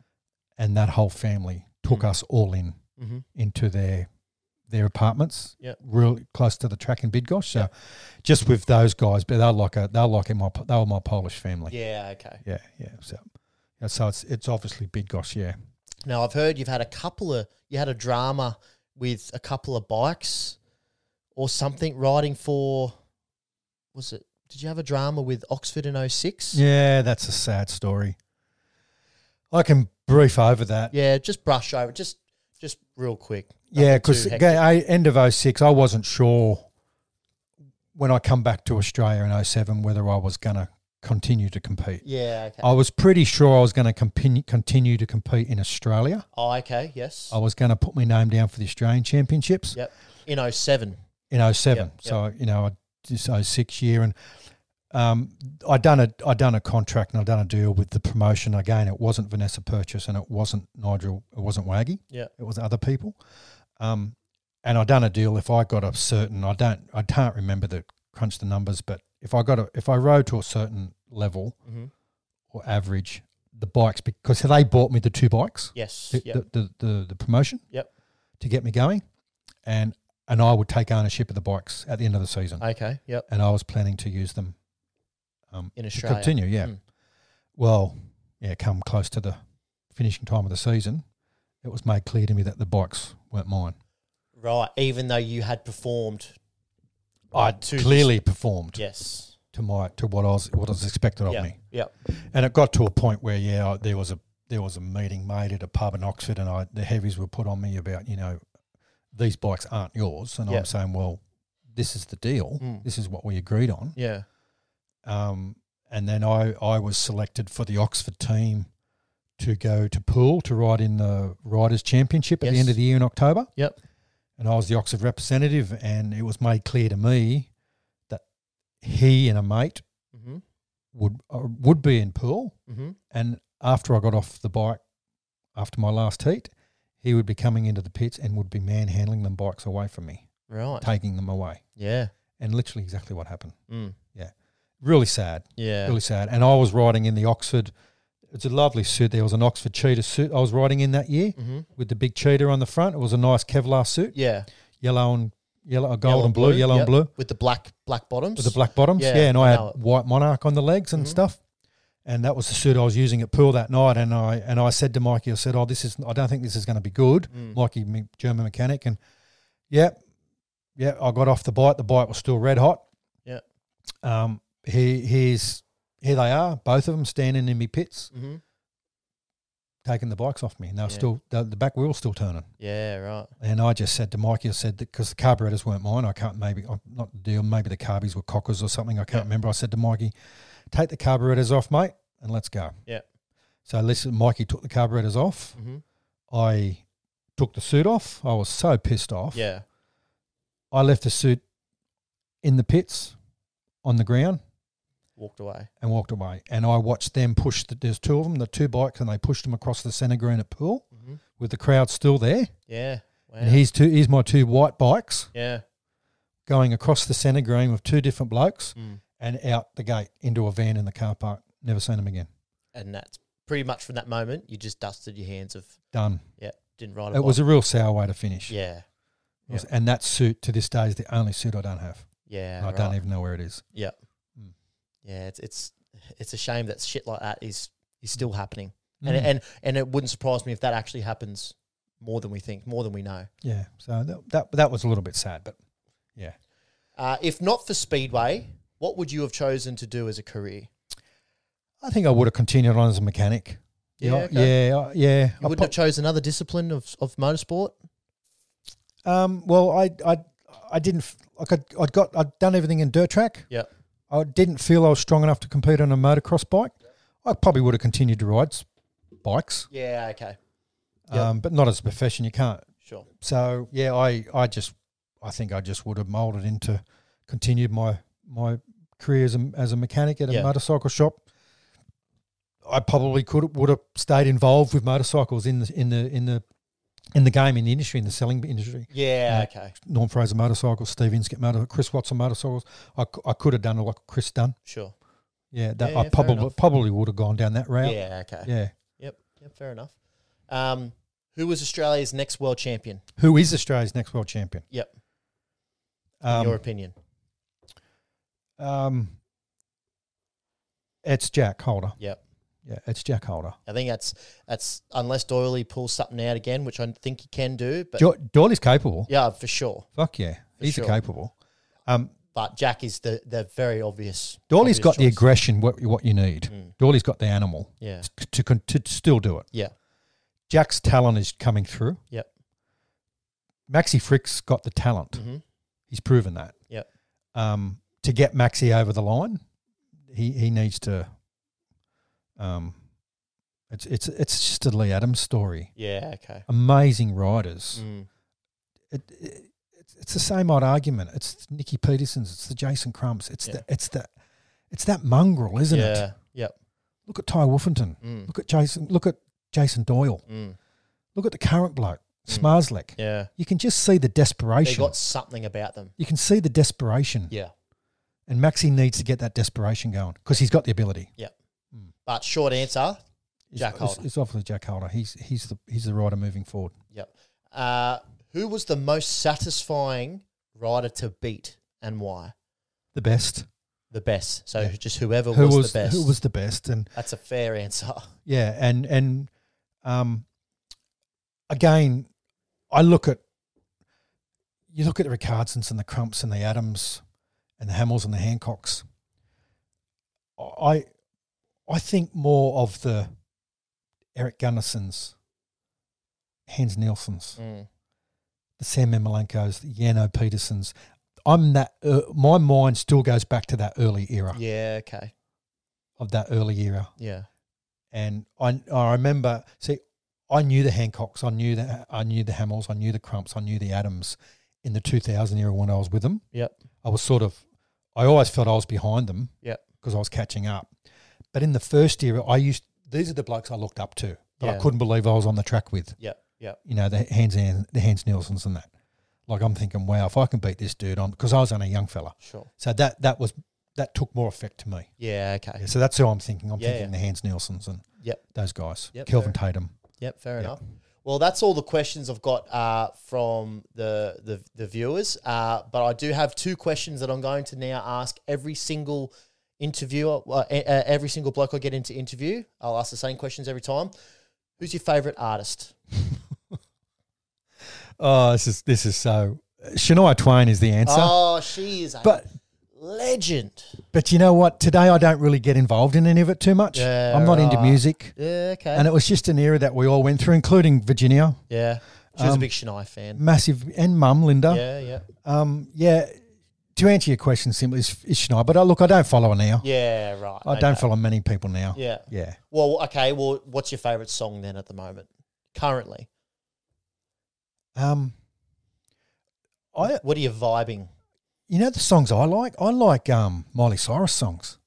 S3: And that whole family took
S1: Mm.
S3: us all in
S1: Mm-hmm.
S3: into their their apartments.
S1: Yep.
S3: Real close to the track in Bidgosh. So just with those guys, but they're like a they're like in my they were my Polish family.
S1: Yeah, okay.
S3: Yeah. Yeah. So. yeah, So it's it's obviously Bidgosh, yeah.
S1: Now I've heard you've had a couple of you had a drama with a couple of bikes or something riding for was it Did you have a drama with Oxford in 06?
S3: Yeah, that's a sad story. I can brief over that.
S1: Yeah, just brush over, just just real quick.
S3: Yeah,
S1: Nothing
S3: because
S1: too hectic.
S3: end of 06, I wasn't sure when I come back to Australia in 07 whether I was going to continue to compete.
S1: yeah, okay.
S3: I was pretty sure I was going to continue to compete in Australia.
S1: Oh, okay, yes.
S3: I was going to put my name down for the Australian Championships
S1: Yep. In 07.
S3: in 07.
S1: Yep,
S3: So, you know, I just 06 year and um, I done a I done a contract and I done a deal with the promotion. Again, it wasn't Vanessa Purchase and it wasn't Nigel, it wasn't Waggy.
S1: Yep.
S3: it was other people. Um, and I done a deal if I got a certain I don't I can't remember the crunch the numbers, but if I got a if I rode to a certain level
S1: Mhm.
S3: or average, the bikes because they bought me the two bikes,
S1: Yes.
S3: the,
S1: Yep.
S3: the, the, the the promotion,
S1: Yep.
S3: to get me going, and and I would take ownership of the bikes at the end of the season,
S1: Okay. Yep.
S3: and I was planning to use them, um,
S1: In
S3: to
S1: Australia.
S3: continue, yeah.
S1: Mm.
S3: Well, yeah, come close to the finishing time of the season, it was made clear to me that the bikes weren't mine.
S1: Right. Even though you had performed.
S3: I
S1: to-
S3: clearly performed
S1: Yes.
S3: to my to what I was what was expected of
S1: Yeah.
S3: me,
S1: Yep.
S3: and it got to a point where yeah, I, there was a there was a meeting made at a pub in Oxford, and I the heavies were put on me about you know these bikes aren't yours, and
S1: Yeah.
S3: I'm saying well this is the deal,
S1: Mm.
S3: this is what we agreed on,
S1: Yeah.
S3: um, and then I I was selected for the Oxford team to go to Poole to ride in the Riders Championship at the
S1: Yes.
S3: end of the year in October.
S1: Yep.
S3: and I was the Oxford representative, and it was made clear to me that he and a mate
S1: Mm-hmm.
S3: would uh, would be in pool,
S1: Mm-hmm.
S3: and after I got off the bike after my last heat, he would be coming into the pits and would be manhandling them bikes away from me,
S1: Right.
S3: taking them away,
S1: Yeah.
S3: and literally exactly what happened.
S1: Mm.
S3: Really sad,
S1: Yeah.
S3: really sad. And I was riding in the Oxford. It's a lovely suit. There was an Oxford cheetah suit I was riding in that year
S1: Mm-hmm.
S3: with the big cheetah on the front. It was a nice Kevlar suit,
S1: Yeah.
S3: yellow and yellow, uh, gold
S1: Yellow
S3: and
S1: and
S3: blue,
S1: blue,
S3: yellow
S1: yep.
S3: and blue.
S1: With the black black bottoms.
S3: with the black bottoms.
S1: Yeah,
S3: Yeah, and I
S1: I
S3: had
S1: know it.
S3: white monarch on the legs and
S1: Mhm.
S3: stuff. And that was the suit I was using at pool that night. And I and I said to Mikey, I said, "Oh, this is. I don't think this is going to be good."
S1: Mm.
S3: Mikey, me- German mechanic, and yeah, yeah. I got off the bike. The bike was still red hot.
S1: Yeah.
S3: Um. He here's here they are, both of them standing in me pits,
S1: Mm-hmm.
S3: taking the bikes off me, and they're
S1: Yeah.
S3: still the, the back wheel's still turning.
S1: Yeah. Right.
S3: And I just said to Mikey, I said that because the carburetors weren't mine, I can't maybe I'm not the deal. Maybe the carbies were cockers or something. I can't
S1: Yeah.
S3: remember. I said to Mikey, take the carburetors off, mate, and let's go.
S1: Yeah.
S3: So listen, Mikey took the carburetors off.
S1: Mm-hmm.
S3: I took the suit off. I was so pissed off.
S1: Yeah.
S3: I left the suit in the pits on the ground
S1: Walked away.
S3: and walked away. And I watched them push. The, there's two of them, the two bikes, and they pushed them across the centre green at pool
S1: Mm-hmm.
S3: with the crowd still there.
S1: Yeah. Wow.
S3: And he's two. He's my two white bikes.
S1: yeah.
S3: going across the centre green with two different blokes
S1: Mm.
S3: and out the gate into a van in the car park. Never seen him again.
S1: And that's pretty much from that moment you just dusted your hands of
S3: Done.
S1: yeah didn't ride a
S3: It was
S1: bike.
S3: a real sour way to finish.
S1: yeah
S3: It was- And that suit to this day is the only suit I don't have.
S1: yeah
S3: And I
S1: right.
S3: don't even know where it is.
S1: yeah it's it's it's a shame that shit like that is is still happening
S3: Mm.
S1: and and and it wouldn't surprise me if that actually happens more than we think more than we know
S3: yeah, so that, that that was a little bit sad, but yeah.
S1: uh, if not for speedway what would you have chosen to do as a career
S3: I think I would have continued on as a mechanic.
S1: Yeah,
S3: I-
S1: okay.
S3: yeah, I- yeah.
S1: you
S3: I
S1: wouldn't have chosen another discipline of, of motorsport
S3: pro- um, well, I I I didn't f- like I'd, I'd got I'd done everything in dirt track.
S1: yeah
S3: I didn't feel I was strong enough to compete on a motocross bike. I probably would have continued to ride s- bikes.
S1: yeah okay Yep.
S3: um, but not as a profession. You can't.
S1: sure
S3: So yeah, I, I just I think I just would have molded into continued my my career as a, as a mechanic at a
S1: Yeah.
S3: motorcycle shop. I probably could would have stayed involved with motorcycles in the in the in the in the game in the industry in the selling industry.
S1: yeah
S3: Yeah.
S1: okay
S3: Norm Fraser motorcycles, Steve Inskett motor, Chris Watson motorcycles. I, c- I could have done like Chris done.
S1: sure
S3: Yeah, that
S1: Yeah, yeah,
S3: I
S1: fair
S3: probably
S1: enough.
S3: probably would have gone down that route. Yeah,
S1: yeah okay
S3: yeah.
S1: Yep, fair enough um, who was australia's next world champion
S3: Who is Australia's next world champion?
S1: Yep. in
S3: Um,
S1: your opinion
S3: Um, it's Jack Holder.
S1: Yep.
S3: Yeah, it's Jack Holder.
S1: I think that's that's unless Doyley pulls something out again, which I think he can do. But
S3: Do- Doyley's capable.
S1: yeah, for sure.
S3: Fuck yeah,
S1: For
S3: he's
S1: sure.
S3: capable. Um,
S1: but Jack is the the very obvious. obvious
S3: Dawley's got the
S1: choice. Mm.
S3: aggression, what, what you need. Dawley's got the animal
S1: Yeah,
S3: to, con- to still do it.
S1: yeah,
S3: Jack's talent is coming through.
S1: Yep.
S3: Maxi Frick's got the talent.
S1: Mhm.
S3: He's proven that.
S1: Yep.
S3: Um, to get Maxi over the line, he he needs to. Um, it's it's it's just a Lee Adams story.
S1: yeah. Okay.
S3: Amazing riders.
S1: Mm.
S3: It, it, it's- it's the same odd argument. It's Nicky Peterson's. It's the Jason Crumps. It's the it's the it's that mongrel, isn't
S1: yeah.
S3: it?
S1: Yep.
S3: Look at Ty Wolfenton.
S1: Mm.
S3: Look at Jason. Look at Jason Doyle.
S1: Mm.
S3: Look at the current bloke,
S1: Mm.
S3: Smarslick.
S1: Yeah.
S3: You can just see the
S1: They
S3: desperation.
S1: got something about them.
S3: you can see the desperation.
S1: Yeah.
S3: And Maxi needs to get that desperation going because he's got the ability.
S1: But short answer,
S3: It's-
S1: Jack
S3: it's-
S1: Holder.
S3: It's obviously Jack Holder. He's he's the he's the rider moving forward.
S1: Yep. Uh, who was the most satisfying rider to beat and why?
S3: The best.
S1: The best. So
S3: Yeah.
S1: just whoever
S3: who
S1: was,
S3: was,
S1: the best.
S3: who was the best? And
S1: That's a fair answer.
S3: yeah, and and um, again, I look at you look at the Ricardsons and the Crumps and the Adams and the Hamels and the Hancocks. I I think more of the Eric Gunnisons, Hans Nielsen's,
S1: Mm.
S3: the Sam Mimilenkos, the Yano Petersons. I'm that uh, my mind still goes back to that early era
S1: Yeah. Okay.
S3: of that early era,
S1: Yeah.
S3: and I I remember see I knew the Hancocks, I knew the I knew the Hamels, I knew the Crumps, I knew the Adams in the 2000 era when I was with them.
S1: Yep.
S3: I was sort of I always felt I was behind them
S1: Yep.
S3: because I was catching up, but in the first era I used these are the blokes I looked up to that I
S1: Yeah.
S3: couldn't believe I was on the track with.
S1: Yep. Yep.
S3: you know, the hands the hands Nielsen's and that. Like I'm thinking, wow, if I can beat this dude on because I was only a young fella.
S1: Sure.
S3: So that that was that took more effect to me.
S1: Yeah. Okay.
S3: Yeah, so that's who I'm thinking. I'm
S1: Yeah,
S3: thinking the Hans Nielsen's and
S1: Yep.
S3: those guys.
S1: Yep,
S3: Kelvin Tatum.
S1: Yep, fair
S3: Yeah.
S1: enough. Well, that's all the questions I've got uh, from the the, the viewers. Uh, but I do have two questions that I'm going to now ask every single interviewer, uh, e- uh, every single bloke I get into interview. I'll ask the same questions every time. Who's your favourite artist?
S3: Oh, this is this is so Shania Twain is the answer.
S1: oh, she is a
S3: uh, but
S1: legend.
S3: but you know what? Today I don't really get involved in any of it too much.
S1: Yeah,
S3: I'm not into
S1: right.
S3: music.
S1: Yeah, okay.
S3: And it was just an era that we all went through, including Virginia,
S1: yeah, she was
S3: Um,
S1: a big Shania fan.
S3: massive, and Mum Linda.
S1: Yeah, yeah,
S3: Um, yeah. To answer your question simply is, is Shania, but I, look, I don't follow her now.
S1: yeah. Right.
S3: I don't
S1: okay.
S3: follow many people now.
S1: Yeah.
S3: Yeah.
S1: Well, okay. Well, what's your favourite song then at the moment? Currently,
S3: Um, I
S1: what are you vibing?
S3: you know the songs I like. I like um Miley Cyrus songs.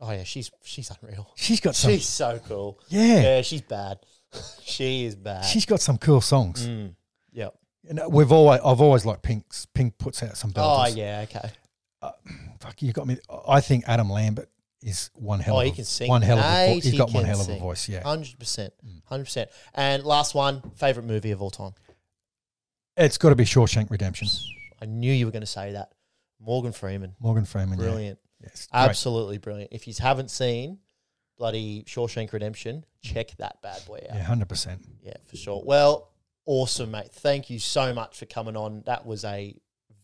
S1: Oh yeah, she's she's unreal.
S3: She's got some.
S1: She's so cool.
S3: yeah,
S1: Yeah, she's bad. she is bad.
S3: she's got some cool songs.
S1: Mm. Yep.
S3: And uh, we've always I've always liked Pink's. Pink puts out some.
S1: Oh
S3: Belters.
S1: yeah. Okay.
S3: Fuck, you got me. I think Adam Lambert is one hell.
S1: Oh,
S3: of
S1: he
S3: a-
S1: can sing.
S3: One hell of a
S1: Mate,
S3: voice. He's
S1: he
S3: got
S1: can
S3: one hell of a
S1: sing.
S3: voice. Yeah,
S1: Hundred percent. Hundred percent. And last one, favorite movie of all time.
S3: it's got to be Shawshank Redemption.
S1: I knew you were going to say that. Morgan Freeman.
S3: Morgan Freeman. yeah.
S1: Brilliant.
S3: Yes. Great.
S1: Absolutely brilliant. If you haven't seen bloody Shawshank Redemption, check that bad boy out.
S3: Yeah, hundred percent.
S1: Yeah, for sure. Well, awesome, mate. Thank you so much for coming on. That was a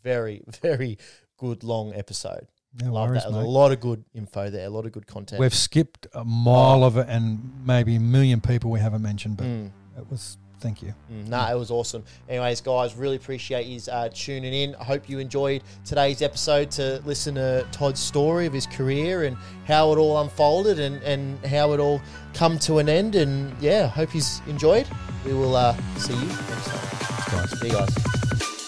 S1: very, very good long episode.
S3: No
S1: Love
S3: worries,
S1: that. There's a
S3: mate.
S1: lot of good info there, a lot of good content.
S3: We've skipped a mile of it, and maybe a million people we haven't mentioned. But
S1: Mm,
S3: it was. Thank you.
S1: mm, nah, it was awesome. Anyways, guys, really appreciate you uh, tuning in. I hope you enjoyed today's episode to listen to Todd's story of his career and how it all unfolded and, and how it all come to an end. And yeah, hope he's enjoyed. We will uh, see you next time.
S3: Guys.
S1: See you guys.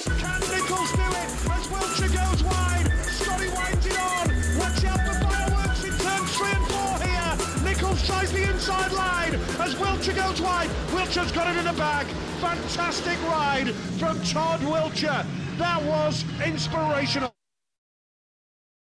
S5: Can Nichols do it? As Wiltshire goes wide, Scotty winds it on. Watch out for fireworks in turns three and four here. Nichols tries the inside line as Wiltshire goes wide. Wiltshire's got it in the back. Fantastic ride from Todd Wiltshire. That was inspirational.